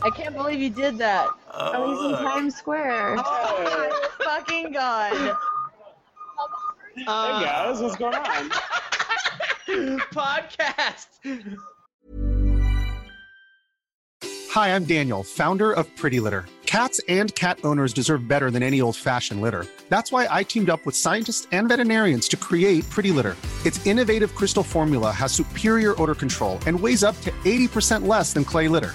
I can't believe you did that.
Oh,
he's in
look.
Times Square.
Oh my fucking god.
Uh,
guys, what's
going on?
Podcast.
Hi, I'm Daniel, founder of Pretty Litter. Cats and cat owners deserve better than any old fashioned litter. That's why I teamed up with scientists and veterinarians to create Pretty Litter. Its innovative crystal formula has superior odor control and weighs up to 80% less than clay litter.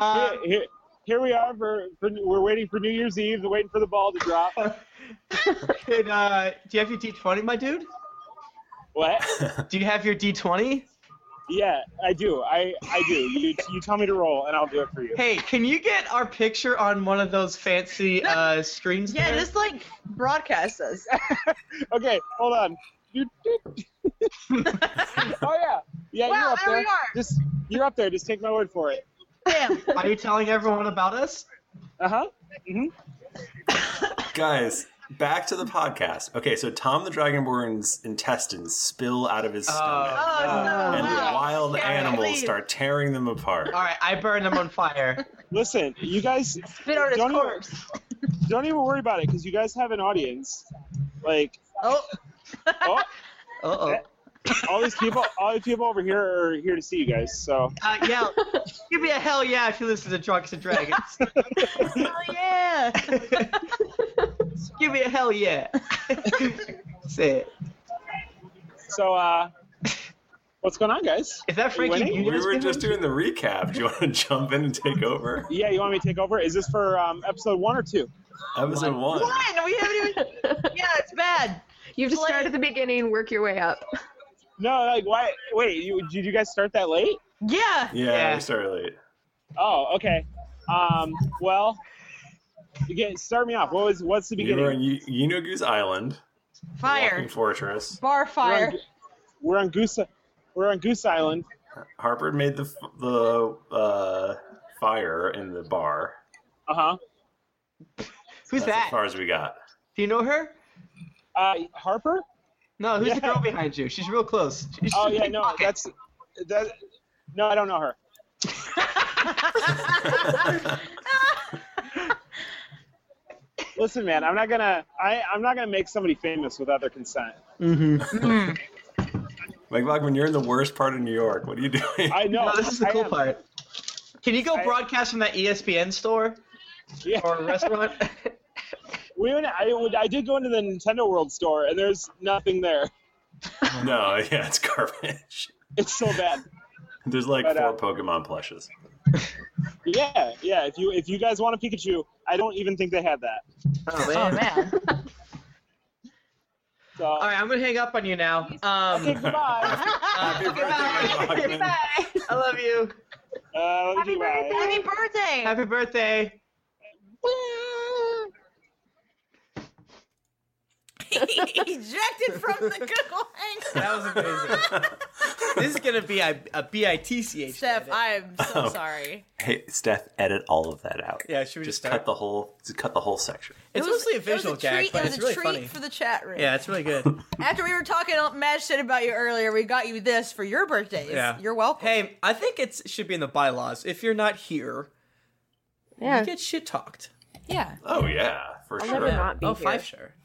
Uh,
here, here, here we are for, for we're waiting for New Year's Eve, waiting for the ball to drop.
Did, uh, do you have your D20, my dude?
What?
do you have your D20?
yeah, I do. I I do. You you tell me to roll, and I'll do it for you.
Hey, can you get our picture on one of those fancy uh, screens?
Yeah,
there?
just like broadcast us.
okay, hold on. oh yeah, yeah. you're
Wow,
up
there
there.
we are.
Just you're up there. Just take my word for it.
Damn.
Are you telling everyone about us?
Uh huh. hmm
Guys, back to the podcast. Okay, so Tom the Dragonborn's intestines spill out of
Oh.
his stomach. and wild
Yeah,
animals
please.
start tearing them apart.
All right, I burned them on fire.
Listen, you guys
Spit on his
don't Even, don't even worry about it because you guys have an audience. Like
oh,
oh,
oh.
All these people, all these people over here are here to see you guys. So
Uh, yeah, give me a hell yeah if you listen to Drunks and Dragons.
hell Oh, yeah.
give me a hell yeah. Say it.
So uh, what's going on, guys?
Is that
we were just doing the recap. Do you want to jump in and take over?
Yeah, you want me to take over? Is this for um, episode one or two?
Episode one.
One, we haven't even. Yeah, it's bad.
You have to start at the beginning, work your way up.
No, like why? Wait, you, did you guys start that late?
Yeah.
Yeah, we started late.
Oh, okay. Um, well, again, start me off. What was what's the
You
beginning?
were on Y- Yinogu's Island,
Fire.
Walking Fortress.
Bar fire.
We're on Goose. We're on Goose Island.
Harper made the f- the uh, fire in the bar.
Uh huh.
Who's That's As far as we got.
Do you know her?
Uh, Harper?
No, who's the
Yeah.
girl behind you? She's real close. She's
Oh yeah, no, that's that. No, I don't know her. Listen, man, I'm not gonna. I I'm not gonna make somebody famous without their consent.
Mm-hmm. Mike Bachman, you're in the worst part of New York. What are you doing?
I know.
No, this is the
I
cool
am.
part. Can you go broadcast from that E ESPN store?
Yeah.
Or restaurant?
we went, I, would- I did go into the Nintendo World store, and there's nothing there.
No, yeah, it's garbage.
It's so bad.
There's like
But, uh,
four Pokemon plushes.
Yeah, yeah. If you if you guys want a Pikachu, I don't even think they had that.
Oh man. All right, I'm gonna hang up on you now. Um,
Okay, goodbye.
goodbye. I love you.
Uh, Happy
birthday. Happy birthday.
Happy birthday.
Ejected from the Google
That was amazing. this is gonna be a, a bitch.
Steph, I am so
Oh.
sorry.
Hey, Steph, edit all of that out.
Yeah, should we just
just
start?
cut the whole just cut the whole section?
It's mostly a visual
it was a
gag,
treat,
but
it was
it's
a
really
treat
funny.
for the chat room.
Yeah, it's really good.
After we were talking all mad shit about you earlier, we got you this for your birthdays.
yeah,
you're welcome.
Hey, I think it's, it should be in the bylaws. If you're not here,
Yeah.
you get shit talked.
Yeah.
Oh yeah, for
I'll
sure.
never not be Oh, here. five
sure.